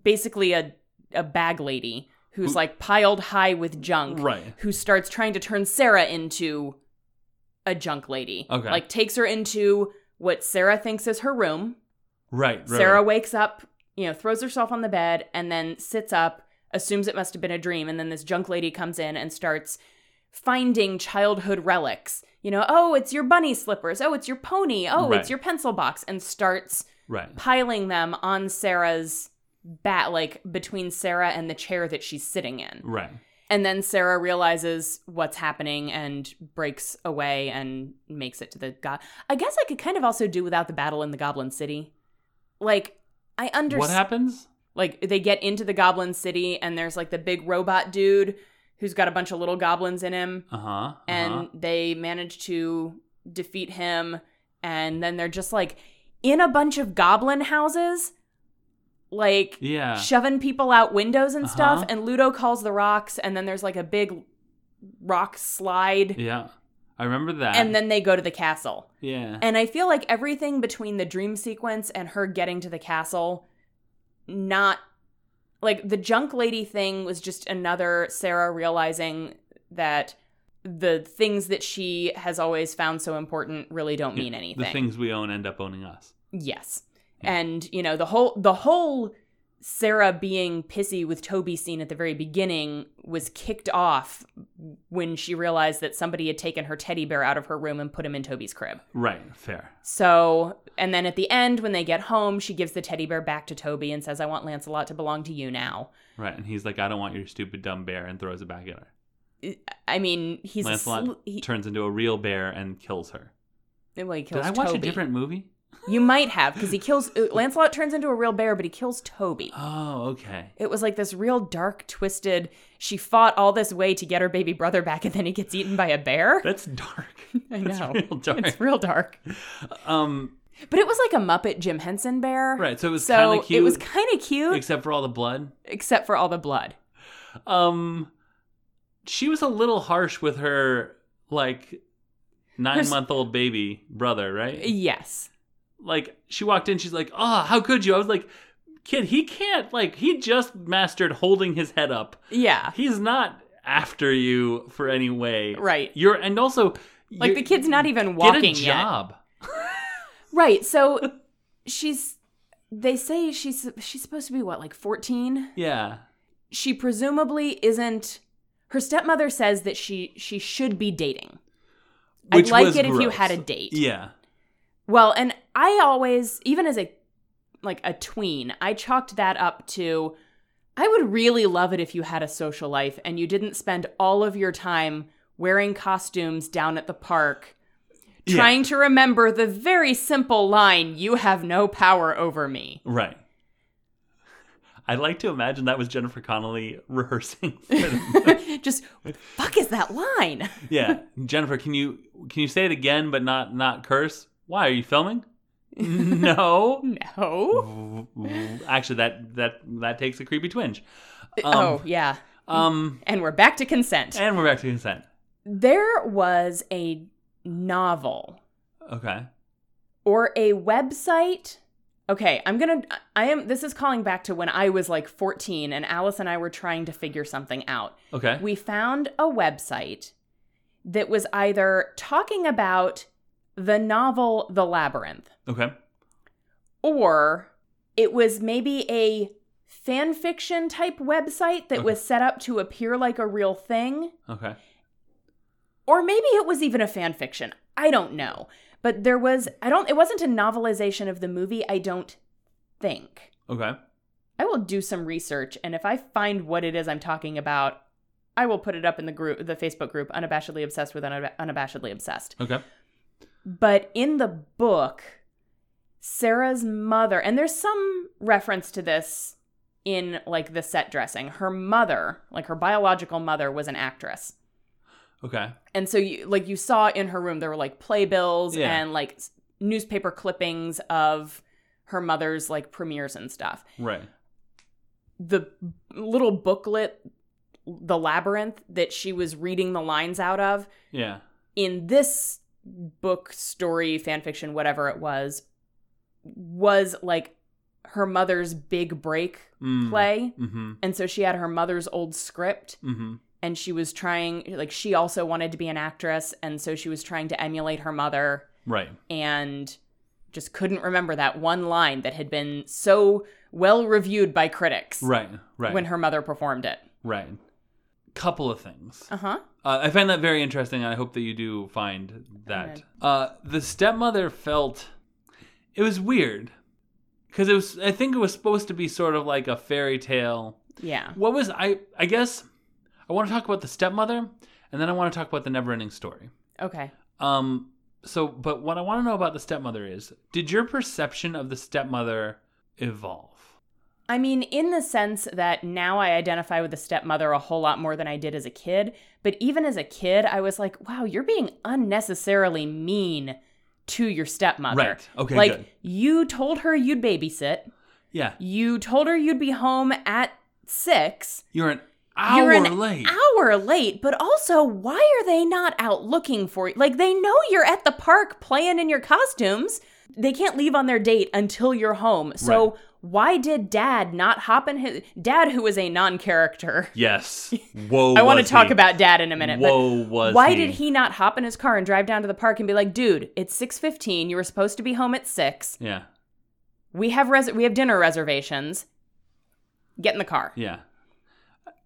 Speaker 3: basically a a bag lady who's
Speaker 2: Who-
Speaker 3: like piled high with junk
Speaker 2: Right.
Speaker 3: who starts trying to turn Sarah into a junk lady.
Speaker 2: Okay.
Speaker 3: Like takes her into what Sarah thinks is her room.
Speaker 2: Right. right
Speaker 3: Sarah
Speaker 2: right.
Speaker 3: wakes up, you know, throws herself on the bed and then sits up, assumes it must have been a dream, and then this junk lady comes in and starts finding childhood relics. You know, oh, it's your bunny slippers. Oh, it's your pony. Oh,
Speaker 2: Right.
Speaker 3: it's your pencil box and starts
Speaker 2: Right.
Speaker 3: piling them on Sarah's bat like between Sarah and the chair that she's sitting in.
Speaker 2: Right.
Speaker 3: And then Sarah realizes what's happening and breaks away and makes it to the god. I guess I could kind of also do without the battle in the Goblin City. Like, I
Speaker 2: What
Speaker 3: understand.
Speaker 2: happens?
Speaker 3: Like, they get into the Goblin City and there's like the big robot dude who's got a bunch of little goblins in him
Speaker 2: Uh-huh. uh-huh.
Speaker 3: and they manage to defeat him and then they're just like in a bunch of goblin houses like
Speaker 2: yeah.
Speaker 3: shoving people out windows and stuff
Speaker 2: Uh-huh.
Speaker 3: and ludo calls the rocks and then there's like a big rock slide
Speaker 2: yeah. I remember that.
Speaker 3: and then they go to the castle
Speaker 2: yeah.
Speaker 3: and i feel like everything between the dream sequence and her getting to the castle not like the junk lady thing was just another sarah realizing that the things that she has always found so important really don't
Speaker 2: Yeah,
Speaker 3: mean anything
Speaker 2: The things we own end up owning us.
Speaker 3: Yes.
Speaker 2: Yeah.
Speaker 3: And, you know, the whole the whole Sarah being pissy with Toby scene at the very beginning was kicked off when she realized that somebody had taken her teddy bear out of her room and put him in Toby's crib.
Speaker 2: Right. Fair.
Speaker 3: So, and then at the end when they get home, she gives the teddy bear back to Toby and says I want Lancelot to belong to you now.
Speaker 2: Right. And he's like, I don't want your stupid dumb bear, and throws it back at her.
Speaker 3: I mean, he's a
Speaker 2: Lancelot
Speaker 3: sl- he,
Speaker 2: Turns into a real bear and kills her.
Speaker 3: well, he kills
Speaker 2: Did I watch
Speaker 3: Toby.
Speaker 2: a different movie?
Speaker 3: You might have because he kills uh, Lancelot turns into a real bear, but he kills Toby.
Speaker 2: Oh, okay.
Speaker 3: It was like this real dark, twisted. She fought all this way to get her baby brother back, and then he gets eaten by a bear.
Speaker 2: That's dark.
Speaker 3: I
Speaker 2: That's
Speaker 3: know.
Speaker 2: real dark.
Speaker 3: It's real dark.
Speaker 2: Um.
Speaker 3: But it was like a Muppet Jim Henson bear.
Speaker 2: Right. So it was kind
Speaker 3: So
Speaker 2: of cute.
Speaker 3: it was kind of cute,
Speaker 2: except for all the blood.
Speaker 3: except for all the blood.
Speaker 2: Um, she was a little harsh with her like nine month old baby brother, right?
Speaker 3: Yes.
Speaker 2: Like she walked in, she's like, "Oh, how could you?" I was like, "Kid, he can't like he just mastered holding his head up.
Speaker 3: Yeah.
Speaker 2: He's not after you for any way,
Speaker 3: Right.
Speaker 2: You're and also
Speaker 3: Like the
Speaker 2: you're-
Speaker 3: kid's not even
Speaker 2: get a
Speaker 3: walking yet.
Speaker 2: job.
Speaker 3: Right. So she's. They say she's she's supposed to be what like fourteen.
Speaker 2: Yeah,
Speaker 3: She presumably isn't. Her stepmother says that she she should be dating.
Speaker 2: Which
Speaker 3: I'd like
Speaker 2: was
Speaker 3: it if you
Speaker 2: gross.
Speaker 3: had a date.
Speaker 2: yeah,
Speaker 3: Well, and I always, even as a like a tween, I chalked that up to I would really love it if you had a social life and you didn't spend all of your time wearing costumes down at the park
Speaker 2: Yeah.
Speaker 3: trying to remember the very simple line, you have no power over me.
Speaker 2: right. I like to imagine that was Jennifer Connelly rehearsing for the
Speaker 3: Just what the fuck is that line?
Speaker 2: yeah jennifer can you can you say it again but not not curse why are you filming no
Speaker 3: No.
Speaker 2: actually that that that takes a creepy twinge
Speaker 3: oh, yeah.
Speaker 2: um
Speaker 3: And we're back to consent.
Speaker 2: and we're back to consent
Speaker 3: There was a novel
Speaker 2: okay
Speaker 3: or a website. Okay, I'm going to I am this is calling back to when I was like 14 and Alice and I were trying to figure something out.
Speaker 2: okay
Speaker 3: We found a website that was either talking about the novel The Labyrinth
Speaker 2: Okay.
Speaker 3: or it was maybe a fan fiction type website that
Speaker 2: Okay.
Speaker 3: was set up to appear like a real thing
Speaker 2: Okay.
Speaker 3: or maybe it was even a fan fiction. I don't know. But there was I don't it wasn't a novelization of the movie, I don't think.
Speaker 2: Okay.
Speaker 3: I will do some research and if I find what it is I'm talking about, I will put it up in the group the Facebook group unabashedly obsessed with Unab- unabashedly obsessed.
Speaker 2: Okay.
Speaker 3: But in the book, Sarah's mother, and there's some reference to this in like the set dressing. Her mother, like her biological mother was an actress
Speaker 2: Okay.
Speaker 3: and so you like you saw in her room there were like playbills
Speaker 2: Yeah.
Speaker 3: and like s- newspaper clippings of her mother's like premieres and stuff
Speaker 2: Right.
Speaker 3: the little booklet the labyrinth that she was reading the lines out of
Speaker 2: Yeah.
Speaker 3: in this book story fanfiction whatever it was was like her mother's big break
Speaker 2: Mm.
Speaker 3: play
Speaker 2: Mm-hmm.
Speaker 3: and so she had her mother's old script
Speaker 2: Mm-hmm.
Speaker 3: and she was trying like she also wanted to be an actress and so she was trying to emulate her mother
Speaker 2: Right.
Speaker 3: and just couldn't remember that one line that had been so well reviewed by critics
Speaker 2: Right. Right.
Speaker 3: when her mother performed it
Speaker 2: right. Couple of things.
Speaker 3: uh-huh
Speaker 2: Uh, I find that very interesting. and I hope that you do find that. Uh, the stepmother felt it was weird because it was. I think it was supposed to be sort of like a fairy tale.
Speaker 3: yeah
Speaker 2: What was I? I guess I want to talk about the stepmother, and then I want to talk about the never-ending story.
Speaker 3: okay
Speaker 2: Um. So, but what I want to know about the stepmother is: Did your perception of the stepmother evolve?
Speaker 3: i mean in the sense that now i identify with the stepmother a whole lot more than i did as a kid but even as a kid i was like wow you're being unnecessarily mean to your stepmother
Speaker 2: Right. Okay.
Speaker 3: like
Speaker 2: good.
Speaker 3: you told her you'd babysit
Speaker 2: Yeah.
Speaker 3: You told her you'd be home at six.
Speaker 2: You're an hour
Speaker 3: you're an
Speaker 2: late.
Speaker 3: Hour late, but also, why are they not out looking for you? Like, they know you're at the park playing in your costumes. They can't leave on their date until you're home. So, why did dad not hop in his dad, who is a non character?
Speaker 2: Yes. Whoa.
Speaker 3: I want to
Speaker 2: was
Speaker 3: talk
Speaker 2: he.
Speaker 3: about dad in a minute. but
Speaker 2: Whoa, was
Speaker 3: why
Speaker 2: he.
Speaker 3: did he not hop in his car and drive down to the park and be like, dude, it's six fifteen. You were supposed to be home at six.
Speaker 2: Yeah.
Speaker 3: We have res- we have dinner reservations. Get in the car.
Speaker 2: Yeah.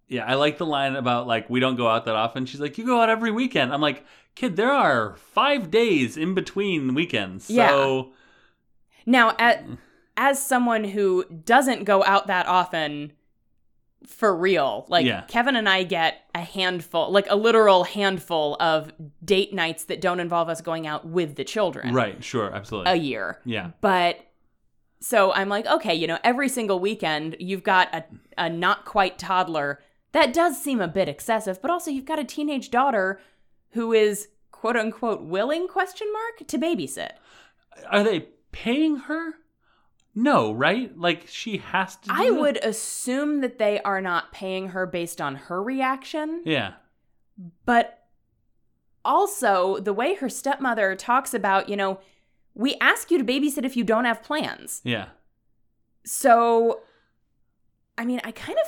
Speaker 2: Yeah, I like the line about like we don't go out that often. She's like, "You go out every weekend." I'm like, "Kid, there are 5 days in between weekends." So,
Speaker 3: Yeah. Now, at,
Speaker 2: Mm-hmm.
Speaker 3: as someone who doesn't go out that often for real, like
Speaker 2: Yeah.
Speaker 3: Kevin and I get a handful, like a literal handful of date nights that don't involve us going out with the children
Speaker 2: right, sure, absolutely.
Speaker 3: a year.
Speaker 2: yeah.
Speaker 3: But so I'm like, okay, you know, every single weekend you've got a, a not quite toddler. That does seem a bit excessive, but also you've got a teenage daughter who is quote unquote willing question mark to babysit.
Speaker 2: Are they paying her? No, right? Like she has to do
Speaker 3: I
Speaker 2: that?
Speaker 3: would assume that they are not paying her based on her reaction,
Speaker 2: Yeah.
Speaker 3: but also the way her stepmother talks about, you know, we ask you to babysit if you don't have plans.
Speaker 2: Yeah.
Speaker 3: So I mean, I kind of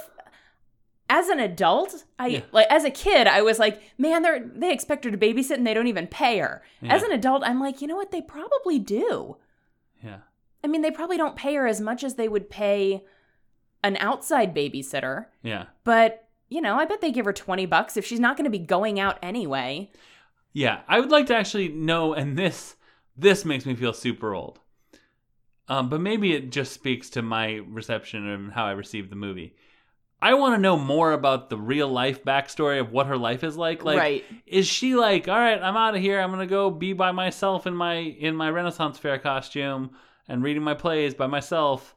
Speaker 3: as an adult, I
Speaker 2: Yeah.
Speaker 3: like as a kid, I was like, man, they they expect her to babysit and they don't even pay her. As
Speaker 2: Yeah.
Speaker 3: an adult, I'm like, you know what? They probably do.
Speaker 2: Yeah.
Speaker 3: I mean, they probably don't pay her as much as they would pay an outside babysitter.
Speaker 2: Yeah.
Speaker 3: But, you know, I bet they give her 20 bucks if she's not going to be going out anyway.
Speaker 2: Yeah, I would like to actually know, and this this makes me feel super old. Um, but maybe it just speaks to my reception and how I received the movie. I want to know more about the real life backstory of what her life is like. Like,
Speaker 3: right.
Speaker 2: is she like, all right, I'm out of here. I'm gonna go be by myself in my in my Renaissance fair costume and reading my plays by myself.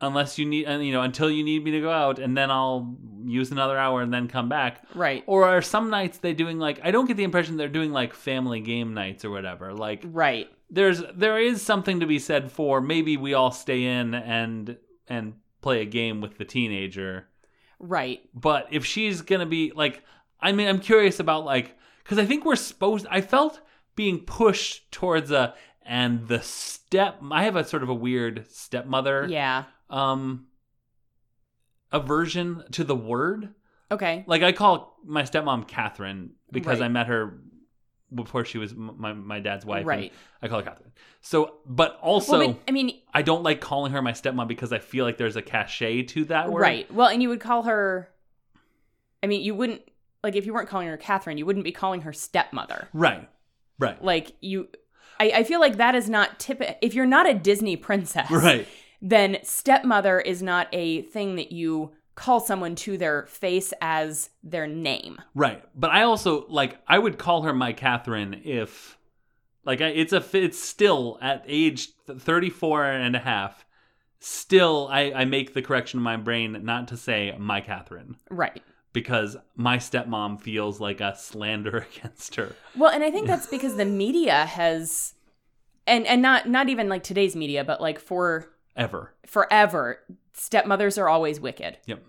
Speaker 2: Unless you need, and, you know, until you need me to go out, and then I'll use another hour and then come back
Speaker 3: Right.
Speaker 2: or are some nights they doing like i don't get the impression they're doing like family game nights or whatever like
Speaker 3: Right.
Speaker 2: there's there is something to be said for maybe we all stay in and and play a game with the teenager
Speaker 3: Right.
Speaker 2: but if she's gonna be like i mean i'm curious about like because i think we're supposed i felt being pushed towards a and the step i have a sort of a weird stepmother
Speaker 3: Yeah.
Speaker 2: um aversion to the word
Speaker 3: Okay.
Speaker 2: Like I call my stepmom Catherine because
Speaker 3: Right.
Speaker 2: I met her before she was m- my my dad's wife. and
Speaker 3: Right.
Speaker 2: I call her Catherine. So, but also
Speaker 3: well, but, I mean,
Speaker 2: I don't like calling her my stepmom because I feel like there's a cachet to that word.
Speaker 3: right. Well, and you would call her. I mean, you wouldn't like if you weren't calling her Catherine, you wouldn't be calling her stepmother.
Speaker 2: Right. Right.
Speaker 3: Like you, I, I feel like that is not typical. If you're not a Disney princess,
Speaker 2: Right.
Speaker 3: then stepmother is not a thing that you call someone to their face as their name.
Speaker 2: Right. But I also like I would call her my Catherine if like I, it's a f- it's still at age th- 34 and a half still I I make the correction in my brain not to say my Catherine
Speaker 3: Right.
Speaker 2: because my stepmom feels like a slander against her.
Speaker 3: Well, and I think that's because the media has and and not not even like today's media, but like for
Speaker 2: Ever.
Speaker 3: forever, stepmothers are always wicked.
Speaker 2: Yep.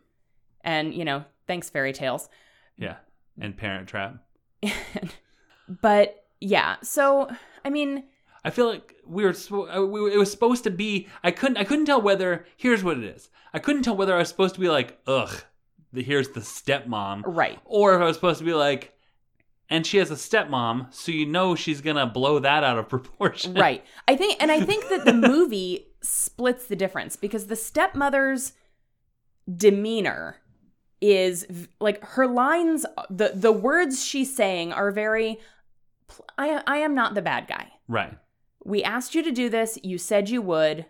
Speaker 3: And, you know, thanks fairy tales.
Speaker 2: Yeah. And parent trap.
Speaker 3: But yeah, so I mean,
Speaker 2: I feel like we were sw- uh, we, were- it was supposed to be I couldn't I couldn't tell whether here's what it is. I couldn't tell whether I was supposed to be like ugh, the, here's the stepmom
Speaker 3: right.
Speaker 2: or if I was supposed to be like and she has a stepmom, so you know she's going to blow that out of proportion.
Speaker 3: Right. I think and I think that the movie splits the difference because the stepmother's demeanor is v- like her lines the the words she's saying are very pl- I I am not the bad guy.
Speaker 2: Right.
Speaker 3: We asked you to do this, you said you would,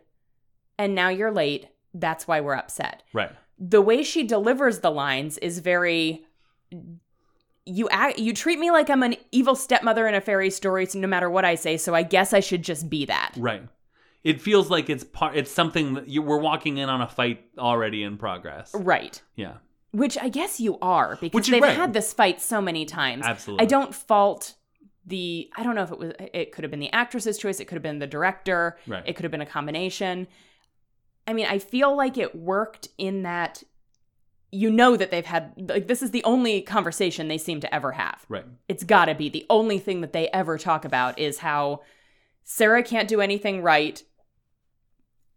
Speaker 3: and now you're late. That's why we're upset.
Speaker 2: Right.
Speaker 3: The way she delivers the lines is very you act, you treat me like I'm an evil stepmother in a fairy story so no matter what I say, so I guess I should just be that.
Speaker 2: Right. It feels like it's part it's something that you, we're walking in on a fight already in progress.
Speaker 3: Right.
Speaker 2: Yeah.
Speaker 3: Which I guess you are because
Speaker 2: Which is
Speaker 3: they've
Speaker 2: right.
Speaker 3: had this fight so many times.
Speaker 2: Absolutely.
Speaker 3: I don't fault the I don't know if it was it could have been the actress's choice, it could have been the director,
Speaker 2: Right.
Speaker 3: it could have been a combination. I mean, I feel like it worked in that you know that they've had like this is the only conversation they seem to ever have.
Speaker 2: Right.
Speaker 3: It's got to be the only thing that they ever talk about is how Sarah can't do anything right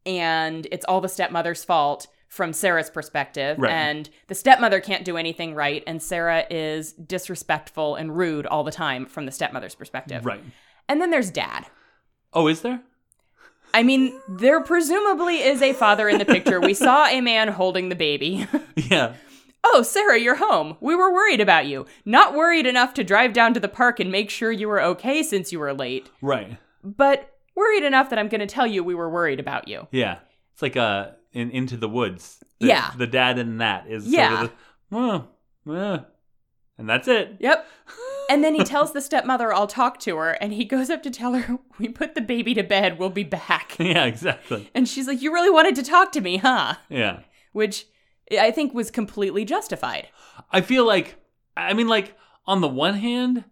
Speaker 3: and it's all the stepmother's fault from Sarah's perspective
Speaker 2: Right.
Speaker 3: and the stepmother can't do anything right and Sarah is disrespectful and rude all the time from the stepmother's perspective.
Speaker 2: Right.
Speaker 3: And then there's dad.
Speaker 2: Oh, is there?
Speaker 3: I mean, there presumably is a father in the picture. We saw a man holding the baby.
Speaker 2: Yeah.
Speaker 3: Oh, Sarah, you're home. We were worried about you. Not worried enough to drive down to the park and make sure you were okay since you were late,
Speaker 2: Right.
Speaker 3: but worried enough that I'm going to tell you we were worried about you.
Speaker 2: Yeah. It's like uh in Into the Woods. The,
Speaker 3: Yeah.
Speaker 2: The dad in that is
Speaker 3: Yeah.
Speaker 2: sort of the, "Well, well," and that's it.
Speaker 3: Yep. And then he tells the stepmother, I'll talk to her. And he goes up to tell her, We put the baby to bed. We'll be back.
Speaker 2: yeah, exactly.
Speaker 3: And she's like, You really wanted to talk to me, huh?
Speaker 2: Yeah.
Speaker 3: Which I think was completely justified.
Speaker 2: I feel like I mean like on the one hand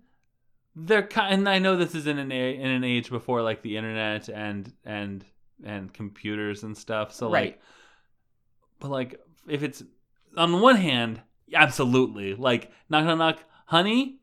Speaker 2: they're kind and I know this is in an a- in an age before like the internet and and and computers and stuff. So like
Speaker 3: Right.
Speaker 2: but like if it's on the one hand, absolutely. Like knock knock knock, honey.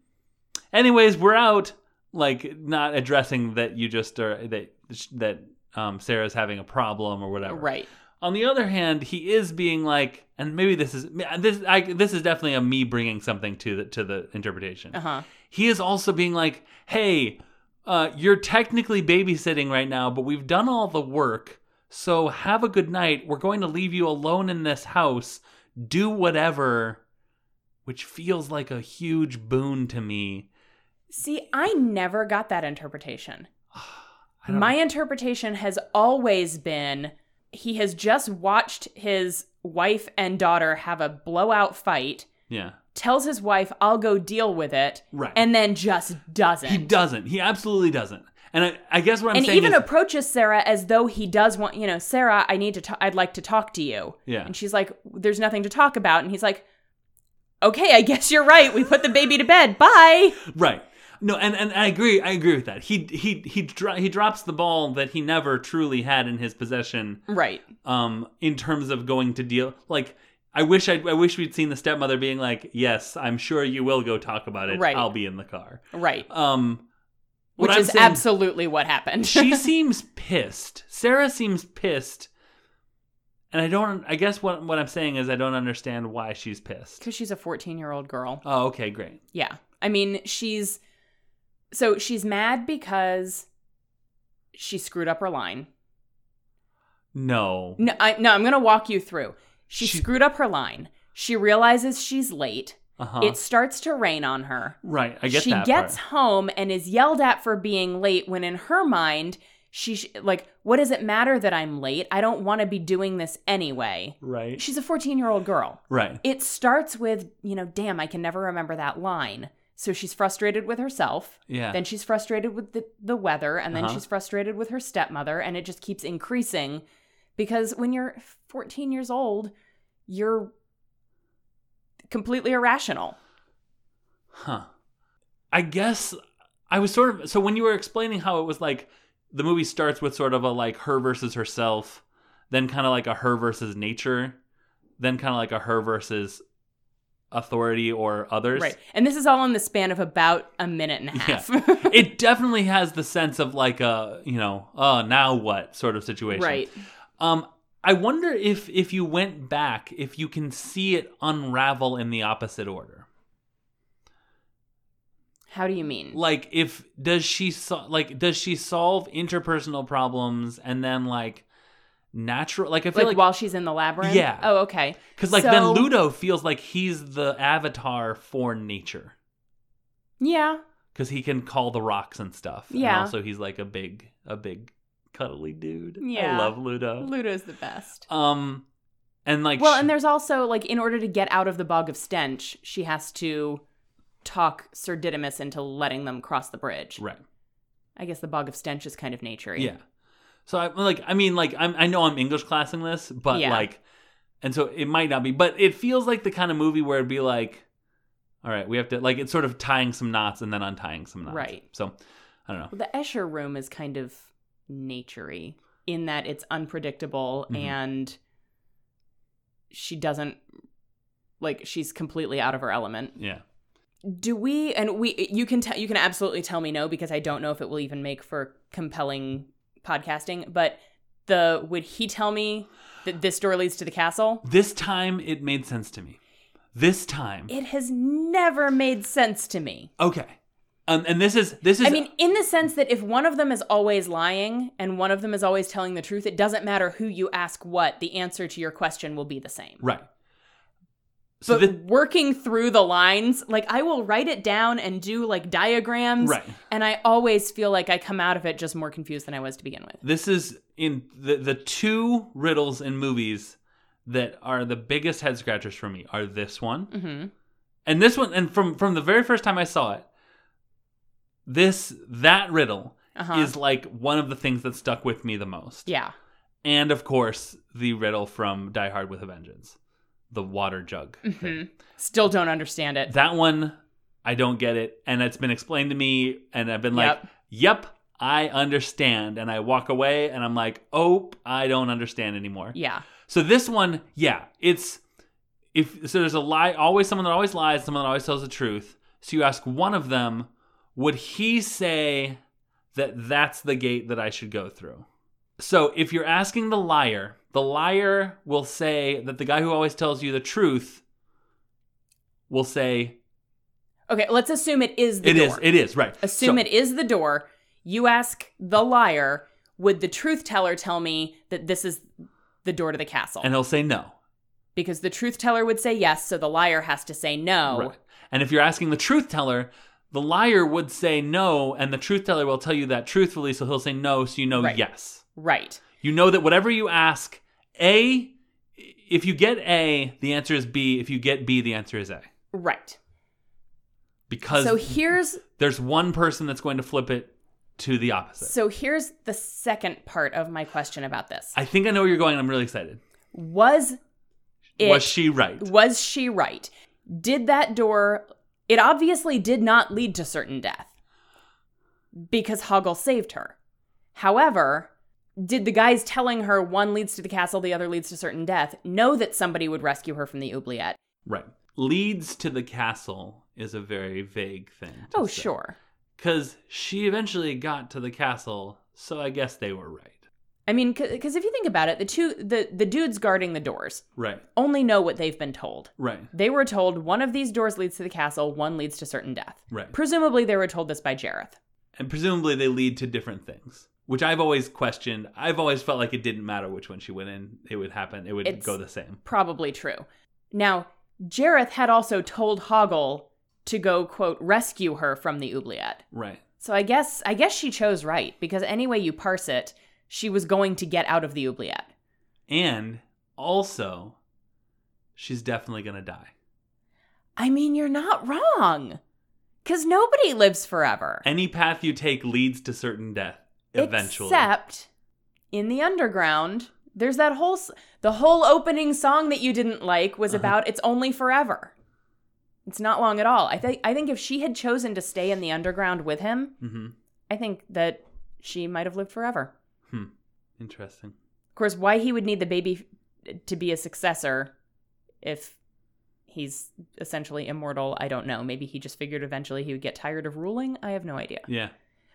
Speaker 2: Anyways, we're out like not addressing that you just are that that um Sarah's having a problem or whatever.
Speaker 3: Right.
Speaker 2: On the other hand, he is being like, and maybe this is this I, this is definitely a me bringing something to the to the interpretation.
Speaker 3: Uh huh.
Speaker 2: He is also being like, hey, uh, you're technically babysitting right now, but we've done all the work, so have a good night. We're going to leave you alone in this house. Do whatever, which feels like a huge boon to me.
Speaker 3: See, I never got that interpretation.
Speaker 2: I don't
Speaker 3: My
Speaker 2: know.
Speaker 3: interpretation has always been he has just watched his wife and daughter have a blowout fight,
Speaker 2: yeah,
Speaker 3: tells his wife, I'll go deal with it,
Speaker 2: right.
Speaker 3: and then just doesn't.
Speaker 2: he doesn't. He absolutely doesn't. And I, I guess what I'm
Speaker 3: and
Speaker 2: saying
Speaker 3: even
Speaker 2: is,
Speaker 3: approaches Sarah as though he does want, you know, Sarah, I need to, t- I'd like to talk to you.
Speaker 2: yeah,
Speaker 3: And she's like, there's nothing to talk about. And he's like, okay, I guess you're right. We put the baby to bed. Bye.
Speaker 2: Right. No, and, and I agree. I agree with that. He he he dro- he drops the ball that he never truly had in his possession.
Speaker 3: Right.
Speaker 2: Um, in terms of going to deal, like I wish I I wish we'd seen the stepmother being like, "Yes, I'm sure you will go talk about it.
Speaker 3: Right.
Speaker 2: I'll be in the car."
Speaker 3: Right.
Speaker 2: Um, what
Speaker 3: Which
Speaker 2: I'm
Speaker 3: is
Speaker 2: saying-
Speaker 3: absolutely what happened.
Speaker 2: she seems pissed. Sarah seems pissed And I don't. I guess what what I'm saying is I don't understand why she's pissed.
Speaker 3: because she's a 14 year old girl.
Speaker 2: Oh, okay, great.
Speaker 3: Yeah. I mean, she's so she's mad because she screwed up her line.
Speaker 2: No.
Speaker 3: No, I, no, I'm going to walk you through. She,
Speaker 2: She-
Speaker 3: screwed up her line. She realizes she's late.
Speaker 2: Uh-huh.
Speaker 3: It starts to rain on her.
Speaker 2: right. I get
Speaker 3: she
Speaker 2: that.
Speaker 3: gets
Speaker 2: part.
Speaker 3: home and is yelled at for being late when in her mind, she sh- like, what does it matter that I'm late? I don't want to be doing this anyway.
Speaker 2: right.
Speaker 3: She's a 14-year-old girl.
Speaker 2: right.
Speaker 3: It starts with, you know, damn, I can never remember that line. So she's frustrated with herself.
Speaker 2: Yeah.
Speaker 3: Then she's frustrated with the, the weather, and then
Speaker 2: Uh-huh.
Speaker 3: she's frustrated with her stepmother, and it just keeps increasing because when you're 14 years old, you're completely irrational.
Speaker 2: Huh. I guess I was sort of so when you were explaining how it was like the movie starts with sort of a like her versus herself, then kind of like a her versus nature, then kind of like a her versus authority or others.
Speaker 3: Right. And this is all in the span of about a minute and a
Speaker 2: Yeah.
Speaker 3: half.
Speaker 2: It definitely has the sense of like a, you know, uh now what sort of situation.
Speaker 3: right.
Speaker 2: Um I wonder if if you went back if you can see it unravel in the opposite order.
Speaker 3: How do you mean?
Speaker 2: like if does she so- like does she solve interpersonal problems and then like natural like i feel
Speaker 3: like,
Speaker 2: like
Speaker 3: while she's in the labyrinth?
Speaker 2: Yeah.
Speaker 3: Oh, okay.
Speaker 2: because like then
Speaker 3: so-
Speaker 2: ludo feels like he's the avatar for nature
Speaker 3: Yeah.
Speaker 2: because he can call the rocks and stuff And
Speaker 3: Yeah.
Speaker 2: also he's like a big a big cuddly dude i
Speaker 3: Yeah.
Speaker 2: love ludo
Speaker 3: Ludo's the best.
Speaker 2: um and like
Speaker 3: Well,
Speaker 2: she-
Speaker 3: and there's also like in order to get out of the bog of stench, she has to talk Sir Didymus into letting them cross the bridge.
Speaker 2: right
Speaker 3: I guess the bog of stench is kind of naturey.
Speaker 2: Yeah. So I like I mean like I'm I know I'm English classing this, but
Speaker 3: Yeah.
Speaker 2: like and so it might not be, but it feels like the kind of movie where it'd be like all right, we have to like it's sort of tying some knots and then untying some knots.
Speaker 3: Right.
Speaker 2: So I don't know.
Speaker 3: Well, the Escher room is kind of naturey in that it's unpredictable
Speaker 2: Mhm.
Speaker 3: and she doesn't like she's completely out of her element.
Speaker 2: Yeah.
Speaker 3: Do we and we you can tell you can absolutely tell me no because I don't know if it will even make for compelling podcasting, but the would he tell me that this door leads to the castle?
Speaker 2: This time it made sense to me. This time.
Speaker 3: It has never made sense to me.
Speaker 2: okay. Um and this is this is
Speaker 3: I mean, in the sense that if one of them is always lying and one of them is always telling the truth, it doesn't matter who you ask what, the answer to your question will be the same.
Speaker 2: right. So
Speaker 3: but
Speaker 2: this,
Speaker 3: working through the lines, like I will write it down and do like diagrams.
Speaker 2: right.
Speaker 3: And I always feel like I come out of it just more confused than I was to begin with.
Speaker 2: This is in the the two riddles in movies that are the biggest head scratchers for me are this one
Speaker 3: hmm
Speaker 2: and this one and from from the very first time i saw it this that riddle
Speaker 3: Uh-huh.
Speaker 2: is like one of the things that stuck with me the most
Speaker 3: yeah.
Speaker 2: and of course the riddle from die hard with a vengeance the water jug
Speaker 3: hmm Still don't understand it.
Speaker 2: that one i don't get it and it's been explained to me and i've been like
Speaker 3: Yep.
Speaker 2: yep i understand and i walk away and i'm like oh i don't understand anymore
Speaker 3: yeah.
Speaker 2: so this one, yeah, it's if so there's a lie always someone that always lies, someone that always tells the truth. So you ask one of them, would he say that that's the gate that I should go through? So if you're asking the liar, the liar will say that the guy who always tells you the truth will say
Speaker 3: Okay. Let's assume it is the
Speaker 2: it
Speaker 3: door.
Speaker 2: is it is right.
Speaker 3: Assume
Speaker 2: So-
Speaker 3: it is the door. You ask the liar, would the truth teller tell me that this is the door to the castle?
Speaker 2: and he'll say no.
Speaker 3: because the truth teller would say yes, so the liar has to say no.
Speaker 2: Right. And if you're asking the truth teller, the liar would say no, and the truth teller will tell you that truthfully, so he'll say no, so you know
Speaker 3: Right.
Speaker 2: yes.
Speaker 3: Right.
Speaker 2: You know that whatever you ask, A, if you get A, the answer is B. If you get B, the answer is A.
Speaker 3: Right.
Speaker 2: Because
Speaker 3: So here's
Speaker 2: there's one person that's going to flip it to the opposite.
Speaker 3: so here's the second part of my question about this.
Speaker 2: I think I know where you're going. and I'm really excited.
Speaker 3: Was it
Speaker 2: Was she right?
Speaker 3: was she right? Did that door it obviously did not lead to certain death because Hoggle saved her. However, did the guys telling her one leads to the castle, the other leads to certain death know that somebody would rescue her from the oubliette?
Speaker 2: Right. Leads to the castle is a very vague thing.
Speaker 3: Oh, sure.
Speaker 2: Because she eventually got to the castle, so I guess they were right.
Speaker 3: I mean, because if you think about it, the two the the dudes guarding the doors
Speaker 2: Right.
Speaker 3: only know what they've been told.
Speaker 2: Right.
Speaker 3: They were told one of these doors leads to the castle, one leads to certain death.
Speaker 2: Right.
Speaker 3: Presumably, they were told this by Jareth.
Speaker 2: And presumably they lead to different things, which I've always questioned. I've always felt like it didn't matter which one she went in, it would happen. It would
Speaker 3: It's-
Speaker 2: go the same.
Speaker 3: Probably true. Now, Jareth had also told Hoggle to go quote rescue her from the oubliette.
Speaker 2: Right.
Speaker 3: So I guess I guess she chose right because any way you parse it, she was going to get out of the oubliette.
Speaker 2: And also, she's definitely going to die.
Speaker 3: I mean, you're not wrong. Cuz nobody lives forever.
Speaker 2: Any path you take leads to certain death eventually.
Speaker 3: Except in the underground, there's that whole s- the whole opening song that you didn't like was
Speaker 2: Uh-huh.
Speaker 3: about it's only forever. It's not long at all. I think I think if she had chosen to stay in the underground with him,
Speaker 2: hmm
Speaker 3: I think that she might have lived forever.
Speaker 2: Interesting.
Speaker 3: Of course, why he would need the baby f- to be a successor if he's essentially immortal, I don't know. Maybe he just figured eventually he would get tired of ruling. I have no idea.
Speaker 2: Yeah.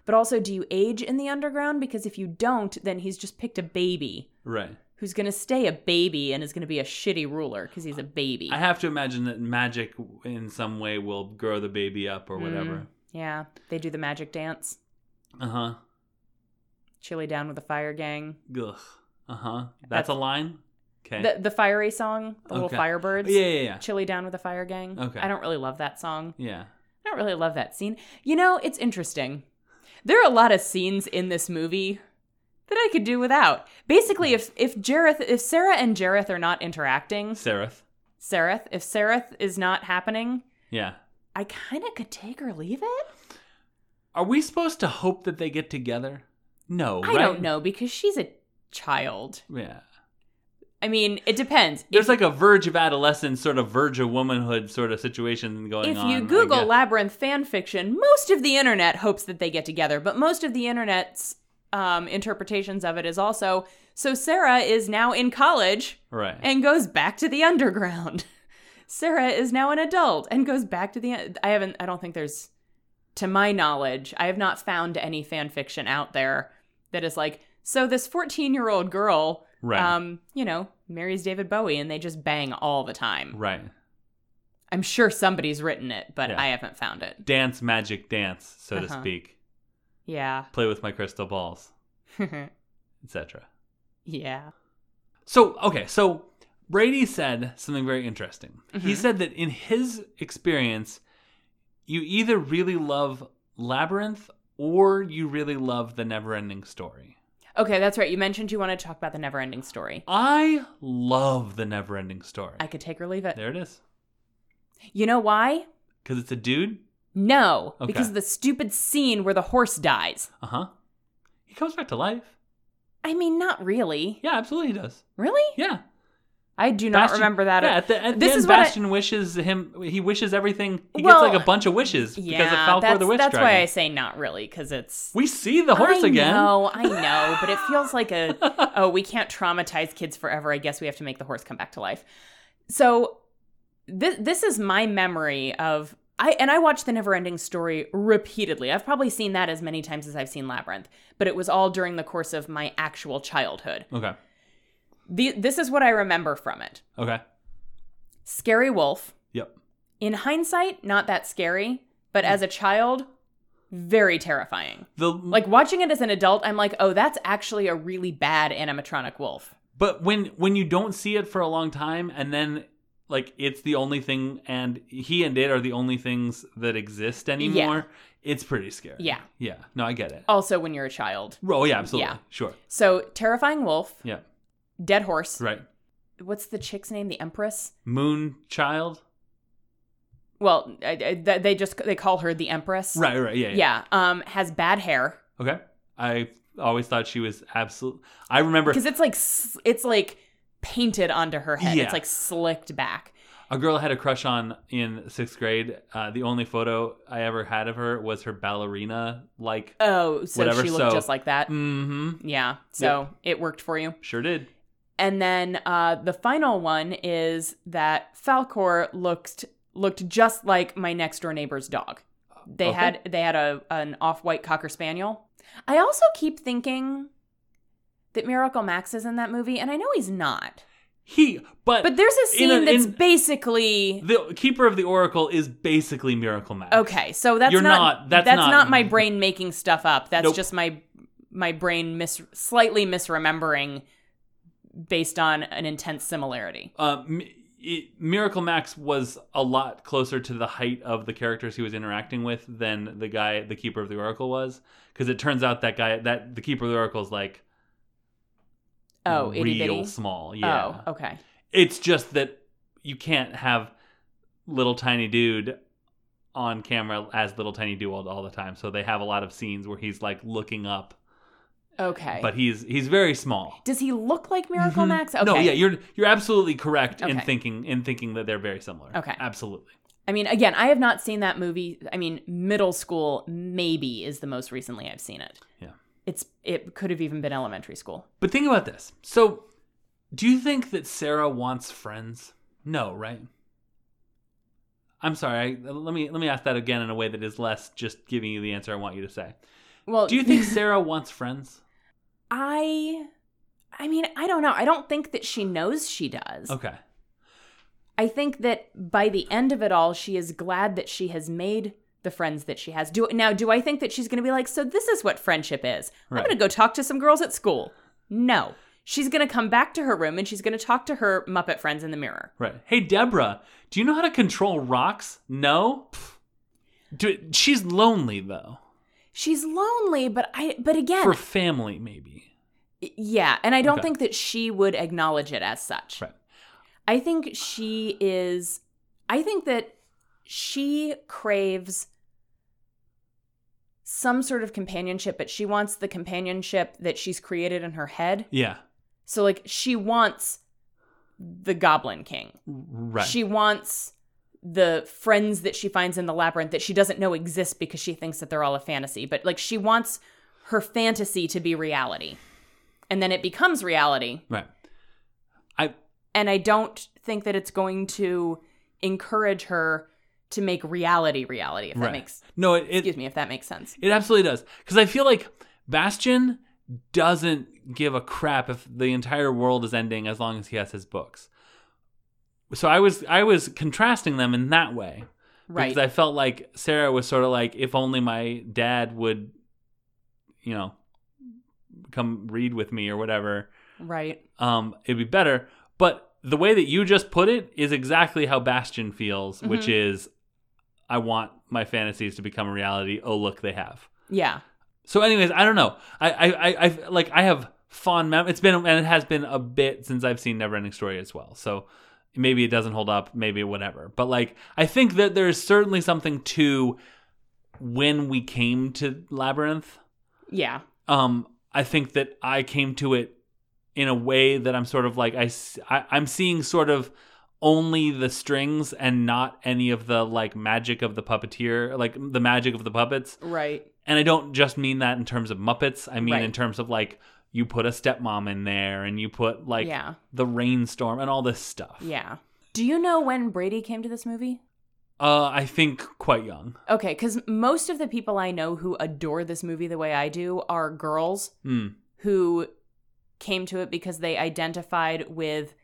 Speaker 3: But also, do you age in the underground? Because if you don't, then he's just picked a baby
Speaker 2: Right.
Speaker 3: who's going to stay a baby and is going to be a shitty ruler because he's a baby.
Speaker 2: I have to imagine that magic in some way will grow the baby up or whatever.
Speaker 3: yeah, they do the magic dance. Mm.
Speaker 2: Uh huh.
Speaker 3: Chilly down with the fire gang.
Speaker 2: Ugh. Uh huh. That's,
Speaker 3: That's-
Speaker 2: a line? Okay.
Speaker 3: The the fiery song, the little
Speaker 2: Eh. Okay.
Speaker 3: firebirds.
Speaker 2: yeah, yeah, yeah.
Speaker 3: Chilly down with the fire gang.
Speaker 2: Okay.
Speaker 3: I don't really love that song.
Speaker 2: Yeah.
Speaker 3: I don't really love that scene. You know, it's interesting. There are a lot of scenes in this movie that I could do without. Basically, if if Jareth, if Sarah and Jareth are not interacting,
Speaker 2: Seraph.
Speaker 3: Sareth, if Sareth is not happening,
Speaker 2: Yeah.
Speaker 3: I kind of could take or leave it.
Speaker 2: Are we supposed to hope that they get together? No.
Speaker 3: I
Speaker 2: right?
Speaker 3: don't know because she's a child.
Speaker 2: Yeah.
Speaker 3: I mean, it depends.
Speaker 2: There's like a verge of adolescence, sort of verge of womanhood sort of situation going
Speaker 3: if
Speaker 2: on.
Speaker 3: you
Speaker 2: I
Speaker 3: Google
Speaker 2: guess.
Speaker 3: labyrinth fan fiction, most of the internet hopes that they get together, but most of the internet's um, interpretations of it is also so Sarah is now in college
Speaker 2: Right.
Speaker 3: and goes back to the underground. Sarah is now an adult and goes back to the. I haven't. I don't think there's, to my knowledge, I have not found any fan fiction out there that is like so. This fourteen-year-old girl,
Speaker 2: right.
Speaker 3: um, you know, marries David Bowie and they just bang all the time.
Speaker 2: right.
Speaker 3: I'm sure somebody's written it, but
Speaker 2: Yeah.
Speaker 3: I haven't found it.
Speaker 2: Dance, magic, dance, so to
Speaker 3: Uh-huh.
Speaker 2: speak.
Speaker 3: Yeah.
Speaker 2: Play with my crystal balls, etc.
Speaker 3: yeah.
Speaker 2: So, okay, so Brady said something very interesting. He
Speaker 3: Mhm.
Speaker 2: said that in his experience, you either really love Labyrinth or you really love the never ending story.
Speaker 3: Okay, that's right. You mentioned you want to talk about the never ending story.
Speaker 2: I love the never ending story.
Speaker 3: I could take or leave it.
Speaker 2: There it is.
Speaker 3: You know why?
Speaker 2: Because it's a dude.
Speaker 3: No,
Speaker 2: Okay.
Speaker 3: because of the stupid scene where the horse dies.
Speaker 2: Uh huh. He comes back to life.
Speaker 3: I mean, not really.
Speaker 2: Yeah, absolutely he does.
Speaker 3: Really?
Speaker 2: Yeah.
Speaker 3: I do not
Speaker 2: Bastion-
Speaker 3: remember that.
Speaker 2: Yeah, at the, at the
Speaker 3: This
Speaker 2: end,
Speaker 3: is what I-
Speaker 2: Bastion wishes him, he wishes everything, he
Speaker 3: Well,
Speaker 2: gets like a bunch of wishes because of
Speaker 3: yeah,
Speaker 2: Falcor
Speaker 3: that's,
Speaker 2: the Witch
Speaker 3: that's
Speaker 2: Dragon.
Speaker 3: why I say not really, because it's.
Speaker 2: We see the horse
Speaker 3: I
Speaker 2: again.
Speaker 3: know, I know, but it feels like a oh, we can't traumatize kids forever. I guess we have to make the horse come back to life. So this this is my memory of I and I watched the Neverending Story repeatedly. I've probably seen that as many times as I've seen Labyrinth, but it was all during the course of my actual childhood.
Speaker 2: Okay.
Speaker 3: The, this is what I remember from it.
Speaker 2: Okay.
Speaker 3: Scary Wolf.
Speaker 2: Yep.
Speaker 3: In hindsight, not that scary,
Speaker 2: Hmm.
Speaker 3: but as a child, very terrifying.
Speaker 2: The
Speaker 3: Like watching it as an adult, I'm like, oh, that's actually a really bad animatronic wolf.
Speaker 2: but when when you don't see it for a long time and then like it's the only thing and he and it are the only things that exist anymore, it's pretty scary.
Speaker 3: Yeah.
Speaker 2: Yeah. No, I get it.
Speaker 3: Also, when you're a child.
Speaker 2: Oh yeah, absolutely.
Speaker 3: Yeah.
Speaker 2: Sure.
Speaker 3: So, terrifying wolf,
Speaker 2: Yeah.
Speaker 3: dead horse.
Speaker 2: Right.
Speaker 3: What's the chick's name? The empress.
Speaker 2: Moon child.
Speaker 3: Well, I, I, th- they just they call her the empress.
Speaker 2: Right, right, yeah, yeah.
Speaker 3: Yeah. Um, has bad hair
Speaker 2: Okay. I always thought she was absolute. I remember
Speaker 3: because it's like s- it's like painted onto her head.
Speaker 2: Yeah.
Speaker 3: It's like slicked back.
Speaker 2: a girl I had a crush on in sixth grade. Uh, the only photo I ever had of her was her ballerina. Like,
Speaker 3: Oh, so
Speaker 2: Whatever,
Speaker 3: she looked
Speaker 2: so-
Speaker 3: just like that.
Speaker 2: mm-hmm,
Speaker 3: Yeah. So it worked for you.
Speaker 2: sure did.
Speaker 3: And then uh, the final one is that Falcor looked looked just like my next door neighbor's dog. They
Speaker 2: Okay.
Speaker 3: had they had a an off white cocker spaniel. I also keep thinking that Miracle Max is in that movie, and I know he's not.
Speaker 2: He, but
Speaker 3: But there's a
Speaker 2: in
Speaker 3: scene
Speaker 2: a-
Speaker 3: that's
Speaker 2: in-
Speaker 3: basically
Speaker 2: the Keeper of the Oracle is basically Miracle Max.
Speaker 3: okay. So that's
Speaker 2: You're not-
Speaker 3: not,
Speaker 2: that's not-
Speaker 3: not, my brain making stuff up. That's
Speaker 2: Nope.
Speaker 3: just my my brain mis- slightly misremembering based on an intense similarity.
Speaker 2: Uh, Mi- it, Miracle Max was a lot closer to the height of the characters he was interacting with than the guy, the Keeper of the Oracle, was. Because it turns out that guy, that the Keeper of the Oracle is like
Speaker 3: Oh, itty
Speaker 2: real
Speaker 3: bitty.
Speaker 2: small. Yeah,
Speaker 3: Oh, okay.
Speaker 2: it's just that you can't have little tiny dude on camera as little tiny dude all, all the time. So they have a lot of scenes where he's like looking up,
Speaker 3: Okay.
Speaker 2: but he's he's very small.
Speaker 3: Does he look like Miracle
Speaker 2: Mhm.
Speaker 3: Max? Okay.
Speaker 2: No, yeah, you're you're absolutely correct in
Speaker 3: Okay.
Speaker 2: thinking in thinking that they're very similar.
Speaker 3: Okay.
Speaker 2: absolutely.
Speaker 3: I mean, again, I have not seen that movie. I mean, middle school maybe is the most recently I've seen it.
Speaker 2: Yeah.
Speaker 3: It's it could have even been elementary school.
Speaker 2: But think about this. So, do you think that Sarah wants friends? No, right? I'm sorry. I, let me let me ask that again in a way that is less just giving you the answer I want you to say.
Speaker 3: Well,
Speaker 2: Do you think Sarah wants friends?
Speaker 3: I I mean, I don't know. I don't think that she knows she does.
Speaker 2: Okay.
Speaker 3: I think that by the end of it all, she is glad that she has made the friends that she has. Do now, do I think that she's going to be like, so this is what friendship is?
Speaker 2: Right.
Speaker 3: I'm going to go talk to some girls at school. No, she's going to come back to her room and she's going to talk to her Muppet friends in the mirror.
Speaker 2: Right. Hey, Deborah, do you know how to control rocks? No. Pff. Do, she's lonely though.
Speaker 3: She's lonely, but I, but again,
Speaker 2: For family, maybe.
Speaker 3: yeah, and I don't
Speaker 2: Okay.
Speaker 3: think that she would acknowledge it as such.
Speaker 2: Right.
Speaker 3: I think she is. I think that she craves some sort of companionship, but she wants the companionship that she's created in her head.
Speaker 2: Yeah.
Speaker 3: So, like, she wants the Goblin King.
Speaker 2: Right.
Speaker 3: She wants the friends that she finds in the labyrinth that she doesn't know exist because she thinks that they're all a fantasy. But, like, she wants her fantasy to be reality. And then it becomes reality
Speaker 2: right.
Speaker 3: and I don't think that it's going to encourage her to make reality reality. If that
Speaker 2: Right.
Speaker 3: makes
Speaker 2: No, it, it
Speaker 3: excuse me, if that makes sense.
Speaker 2: It absolutely does. Because I feel like Bastion doesn't give a crap if the entire world is ending as long as he has his books. So I was I was contrasting them in that way.
Speaker 3: Right.
Speaker 2: Because I felt like Sarah was sort of like, if only my dad would, you know, come read with me or whatever,
Speaker 3: right.
Speaker 2: um, it'd be better. But the way that you just put it is exactly how Bastion feels, which
Speaker 3: Mhm.
Speaker 2: is I want my fantasies to become a reality. Oh look, they have.
Speaker 3: Yeah.
Speaker 2: So, anyways, I don't know. I, I, I, I like I have fond mem. It's been and it has been a bit since I've seen Neverending Story as well. So maybe it doesn't hold up. Maybe whatever. But like I think that there is certainly something to when we came to Labyrinth.
Speaker 3: Yeah.
Speaker 2: Um, I think that I came to it in a way that I'm sort of like I, s- I I'm seeing sort of only the strings and not any of the like magic of the puppeteer, like the magic of the puppets
Speaker 3: Right.
Speaker 2: and I don't just mean that in terms of Muppets. I mean
Speaker 3: Right.
Speaker 2: in terms of like you put a stepmom in there and you put like
Speaker 3: yeah.
Speaker 2: the rainstorm and all this stuff.
Speaker 3: Yeah. Do you know when Brady came to this movie?
Speaker 2: Uh, I think quite young.
Speaker 3: Okay, because most of the people I know who adore this movie the way I do are girls
Speaker 2: Hmm.
Speaker 3: who came to it because they identified with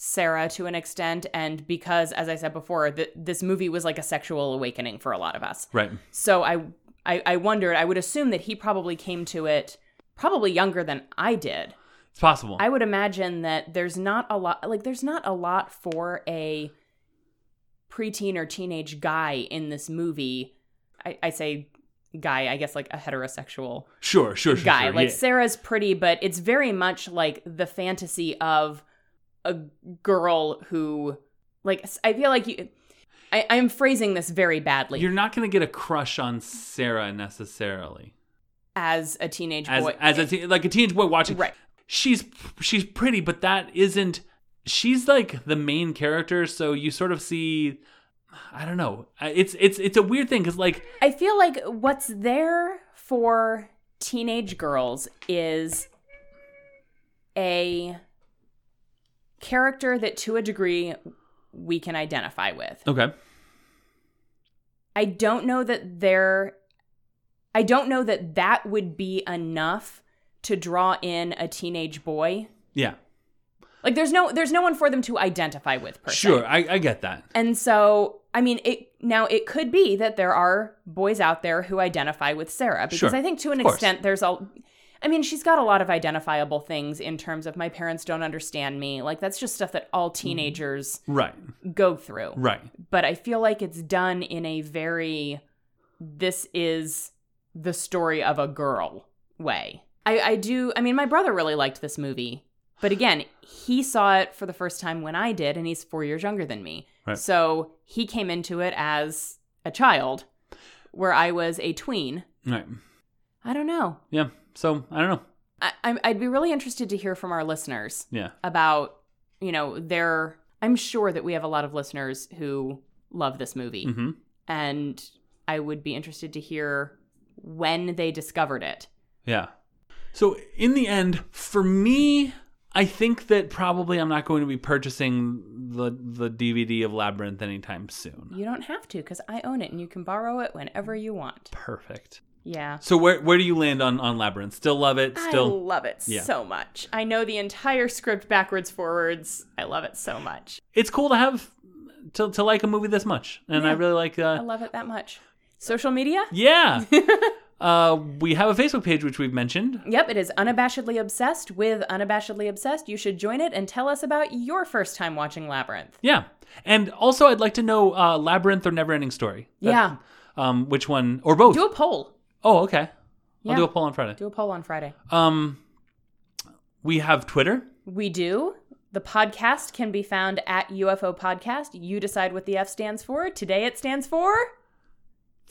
Speaker 3: Sarah to an extent, and because, as I said before, th- this movie was like a sexual awakening for a lot of us.
Speaker 2: Right.
Speaker 3: So I, I I wondered. I would assume that he probably came to it probably younger than I did.
Speaker 2: It's possible.
Speaker 3: I would imagine that there's not a lot like there's not a lot for a preteen or teenage guy in this movie. I, I say guy, I guess like a heterosexual
Speaker 2: sure, sure, sure.
Speaker 3: guy.
Speaker 2: sure,
Speaker 3: Like
Speaker 2: yeah.
Speaker 3: Sarah's pretty, but it's very much like the fantasy of a girl who like I feel like you I, I'm phrasing this very badly.
Speaker 2: You're not going to get a crush on Sarah necessarily.
Speaker 3: as a teenage
Speaker 2: As
Speaker 3: boy.
Speaker 2: as a teen, like a teenage boy watching.
Speaker 3: Right.
Speaker 2: She's she's pretty, but that isn't. She's like the main character, so you sort of see. I don't know. It's it's it's a weird thing because like
Speaker 3: I feel like what's there for teenage girls is a character that to a degree we can identify with.
Speaker 2: okay,
Speaker 3: I don't know that there I don't know that that would be enough to draw in a teenage boy.
Speaker 2: Yeah.
Speaker 3: Like there's no there's no one for them to identify with per se.
Speaker 2: Sure. I, I get that.
Speaker 3: And so, I mean, it now it could be that there are boys out there who identify with Sarah because
Speaker 2: Sure.
Speaker 3: I think to an
Speaker 2: Of course.
Speaker 3: extent there's all I mean, she's got a lot of identifiable things in terms of my parents don't understand me. Like that's just stuff that
Speaker 2: Mm-hmm.
Speaker 3: all teenagers
Speaker 2: Right.
Speaker 3: go through.
Speaker 2: Right.
Speaker 3: But I feel like it's done in a very this is the story of a girl way. I, I do I mean my brother really liked this movie. But again, he saw it for the first time when I did, and he's four years younger than me.
Speaker 2: Right.
Speaker 3: So he came into it as a child, where I was a tween.
Speaker 2: Right.
Speaker 3: I don't know.
Speaker 2: Yeah. So I don't know.
Speaker 3: I, I'm- I'd be really interested to hear from our listeners
Speaker 2: Yeah.
Speaker 3: about, you know, their. I'm sure that we have a lot of listeners who love this movie,
Speaker 2: Mm-hmm.
Speaker 3: and I would be interested to hear when they discovered it.
Speaker 2: Yeah. So in the end, for me, I think that probably I'm not going to be purchasing the the DVD of Labyrinth anytime soon.
Speaker 3: You don't have to, because I own it, and you can borrow it whenever you want.
Speaker 2: Perfect.
Speaker 3: Yeah.
Speaker 2: So where where do you land on on Labyrinth? Still love it.
Speaker 3: I
Speaker 2: Still,
Speaker 3: love it
Speaker 2: Yeah.
Speaker 3: so much. I know the entire script backwards, forwards. I love it so much.
Speaker 2: it's cool to have to to like a movie this much, and I
Speaker 3: Yeah.
Speaker 2: really like.
Speaker 3: I
Speaker 2: Uh,
Speaker 3: love it that much. Social media?
Speaker 2: yeah. uh, we have a Facebook page which we've mentioned.
Speaker 3: Yep, it is unabashedly obsessed with unabashedly obsessed. You should join it and tell us about your first time watching Labyrinth.
Speaker 2: Yeah, and also I'd like to know uh, Labyrinth or Neverending Story. That-
Speaker 3: yeah,
Speaker 2: Um, which one or both?
Speaker 3: do a poll.
Speaker 2: oh, okay.
Speaker 3: Yeah,
Speaker 2: I'll do a poll on Friday.
Speaker 3: do a poll on Friday.
Speaker 2: Um, we have Twitter.
Speaker 3: We do. The podcast can be found at UFO Podcast. You decide what the F stands for. Today it stands for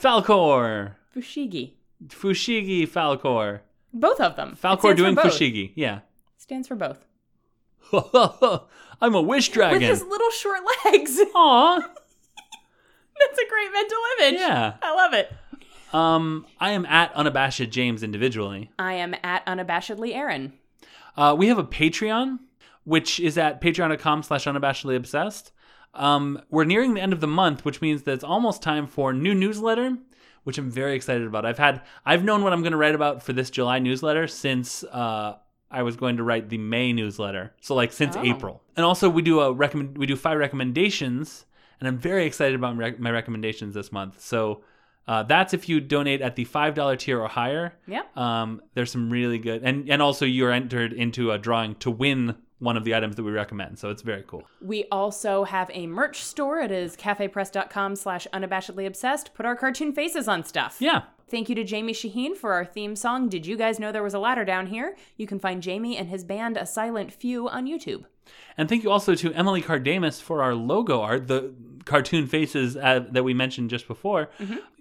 Speaker 2: Falcor.
Speaker 3: Fushigi.
Speaker 2: Fushigi Falcor.
Speaker 3: Both of them. It
Speaker 2: Falcor
Speaker 3: stands for
Speaker 2: doing
Speaker 3: both.
Speaker 2: Fushigi. Yeah.
Speaker 3: Stands for both.
Speaker 2: I'm a wish
Speaker 3: With
Speaker 2: dragon.
Speaker 3: his little short legs.
Speaker 2: Aw.
Speaker 3: That's a great mental image.
Speaker 2: Yeah.
Speaker 3: I love it.
Speaker 2: Um, I am at unabashed James individually.
Speaker 3: I am at unabashedly Aaron.
Speaker 2: Uh, we have a Patreon, which is at patreon.com slash unabashedly obsessed. Um, we're nearing the end of the month, which means that it's almost time for new newsletter, which I'm very excited about. I've had I've known what I'm going to write about for this July newsletter since uh, I was going to write the May newsletter, so like since
Speaker 3: Oh.
Speaker 2: April. And also we do a recommend we do five recommendations, and I'm very excited about my rec- my recommendations this month. So uh, that's if you donate at the five dollar tier or higher.
Speaker 3: Yep.
Speaker 2: Um, there's some really good, and and also you're entered into a drawing to win one of the items that we recommend. So it's very cool.
Speaker 3: We also have a merch store. It is cafepress.com slash unabashedly obsessed. Put our cartoon faces on stuff.
Speaker 2: Yeah,
Speaker 3: Thank you to Jamie Shaheen for our theme song, Did You Guys Know There Was a Ladder Down Here? You can find Jamie and his band A Silent Few on YouTube.
Speaker 2: and thank you also to Emily Cardamus for our logo art, the cartoon faces uh, that we mentioned just before.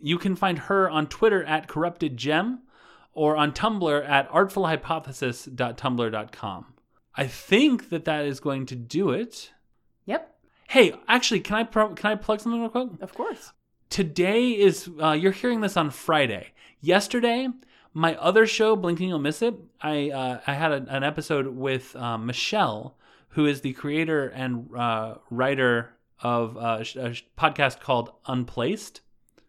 Speaker 2: You can find her on Twitter at corrupted gem, or on Tumblr at artfulhypothesis.tumblr.com. I think that that is going to do it.
Speaker 3: Yep,
Speaker 2: Hey, actually, can I pro- can I plug something real quick?
Speaker 3: of course.
Speaker 2: today is uh, you're hearing this on Friday. Yesterday, my other show, Blinking You'll Miss It, I uh, I had a, an episode with uh, Michelle, who is the creator and uh, writer of uh, sh- a sh- podcast called Unplaced.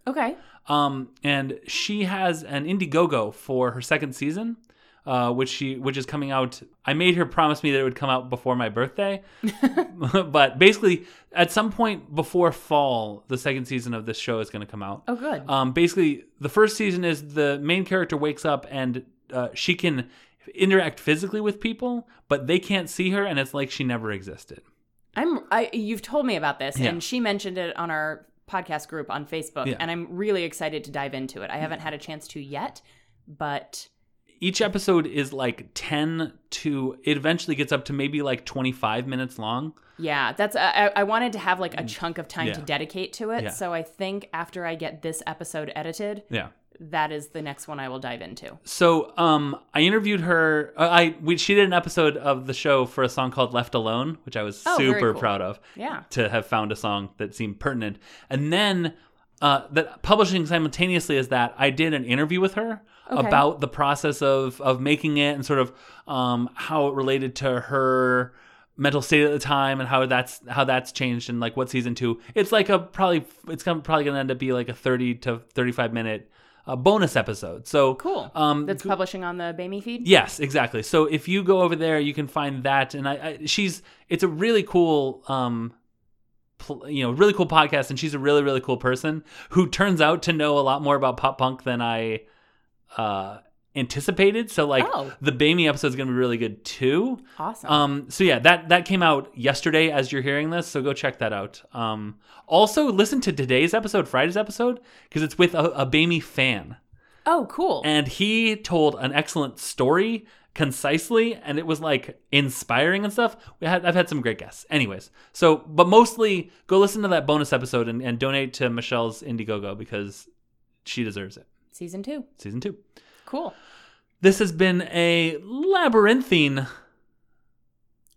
Speaker 3: Okay.
Speaker 2: Um, and she has an Indiegogo for her second season, uh, which she which is coming out. I made her promise me that it would come out before my birthday, but basically, at some point before fall, the second season of this show is going to come out.
Speaker 3: Oh, good.
Speaker 2: Um, basically, the first season is the main character wakes up and uh, she can interact physically with people, but they can't see her, and it's like she never existed.
Speaker 3: I'm. I you've told me about this,
Speaker 2: Yeah.
Speaker 3: and she mentioned it on our podcast group on Facebook,
Speaker 2: Yeah.
Speaker 3: and I'm really excited to dive into it. I haven't had a chance to yet, but
Speaker 2: each episode is like 10 to it eventually gets up to maybe like 25 minutes long
Speaker 3: yeah, that's. I, I- I wanted to have like a chunk of time to
Speaker 2: Mm. Yeah.
Speaker 3: dedicate to it,
Speaker 2: Yeah.
Speaker 3: so I think after I get this episode edited,
Speaker 2: yeah
Speaker 3: that is the next one I will dive into.
Speaker 2: so um i interviewed her uh, i we, she did an episode of the show for a song called left alone which i was
Speaker 3: Oh, very
Speaker 2: super
Speaker 3: cool.
Speaker 2: proud of
Speaker 3: Yeah.
Speaker 2: to have found a song that seemed pertinent and then uh, that publishing simultaneously as that i did an interview with her
Speaker 3: Okay.
Speaker 2: about the process of of making it and sort of um, how it related to her mental state at the time and how that's how that's changed and like what season two it's like a probably it's gonna, probably gonna end up be like a 30 to 35 minute a bonus episode. So
Speaker 3: Cool.
Speaker 2: Um,
Speaker 3: That's
Speaker 2: go-
Speaker 3: publishing on the Bamey feed.
Speaker 2: Yes, exactly. So if you go over there, you can find that, and I, I she's it's a really cool, um, pl- you know, really cool podcast, and she's a really really cool person who turns out to know a lot more about pop punk than I uh, anticipated. So like
Speaker 3: Oh.
Speaker 2: the Bamey episode is going to be really good too.
Speaker 3: Awesome.
Speaker 2: Um, so yeah, that that came out yesterday as you're hearing this, so go check that out. Um, also listen to today's episode, Friday's episode, because it's with a, a Bamey fan
Speaker 3: oh, cool.
Speaker 2: and he told an excellent story concisely and it was like inspiring and stuff we had i've had some great guests anyways so but mostly go listen to that bonus episode and, and donate to michelle's indiegogo because she deserves it
Speaker 3: Season two.
Speaker 2: season two
Speaker 3: Cool.
Speaker 2: this has been a labyrinthine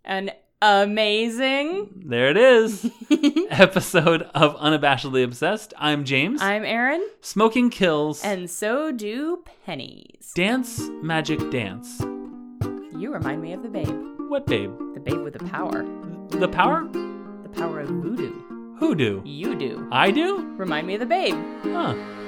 Speaker 3: An amazing.
Speaker 2: there it is episode of unabashedly obsessed i'm james
Speaker 3: I'm Aaron,
Speaker 2: smoking kills
Speaker 3: and so do pennies.
Speaker 2: dance magic dance
Speaker 3: You remind me of the babe.
Speaker 2: what babe
Speaker 3: The babe with the power.
Speaker 2: the power
Speaker 3: The power of voodoo.
Speaker 2: who do
Speaker 3: You do.
Speaker 2: i do
Speaker 3: Remind me of the babe.
Speaker 2: huh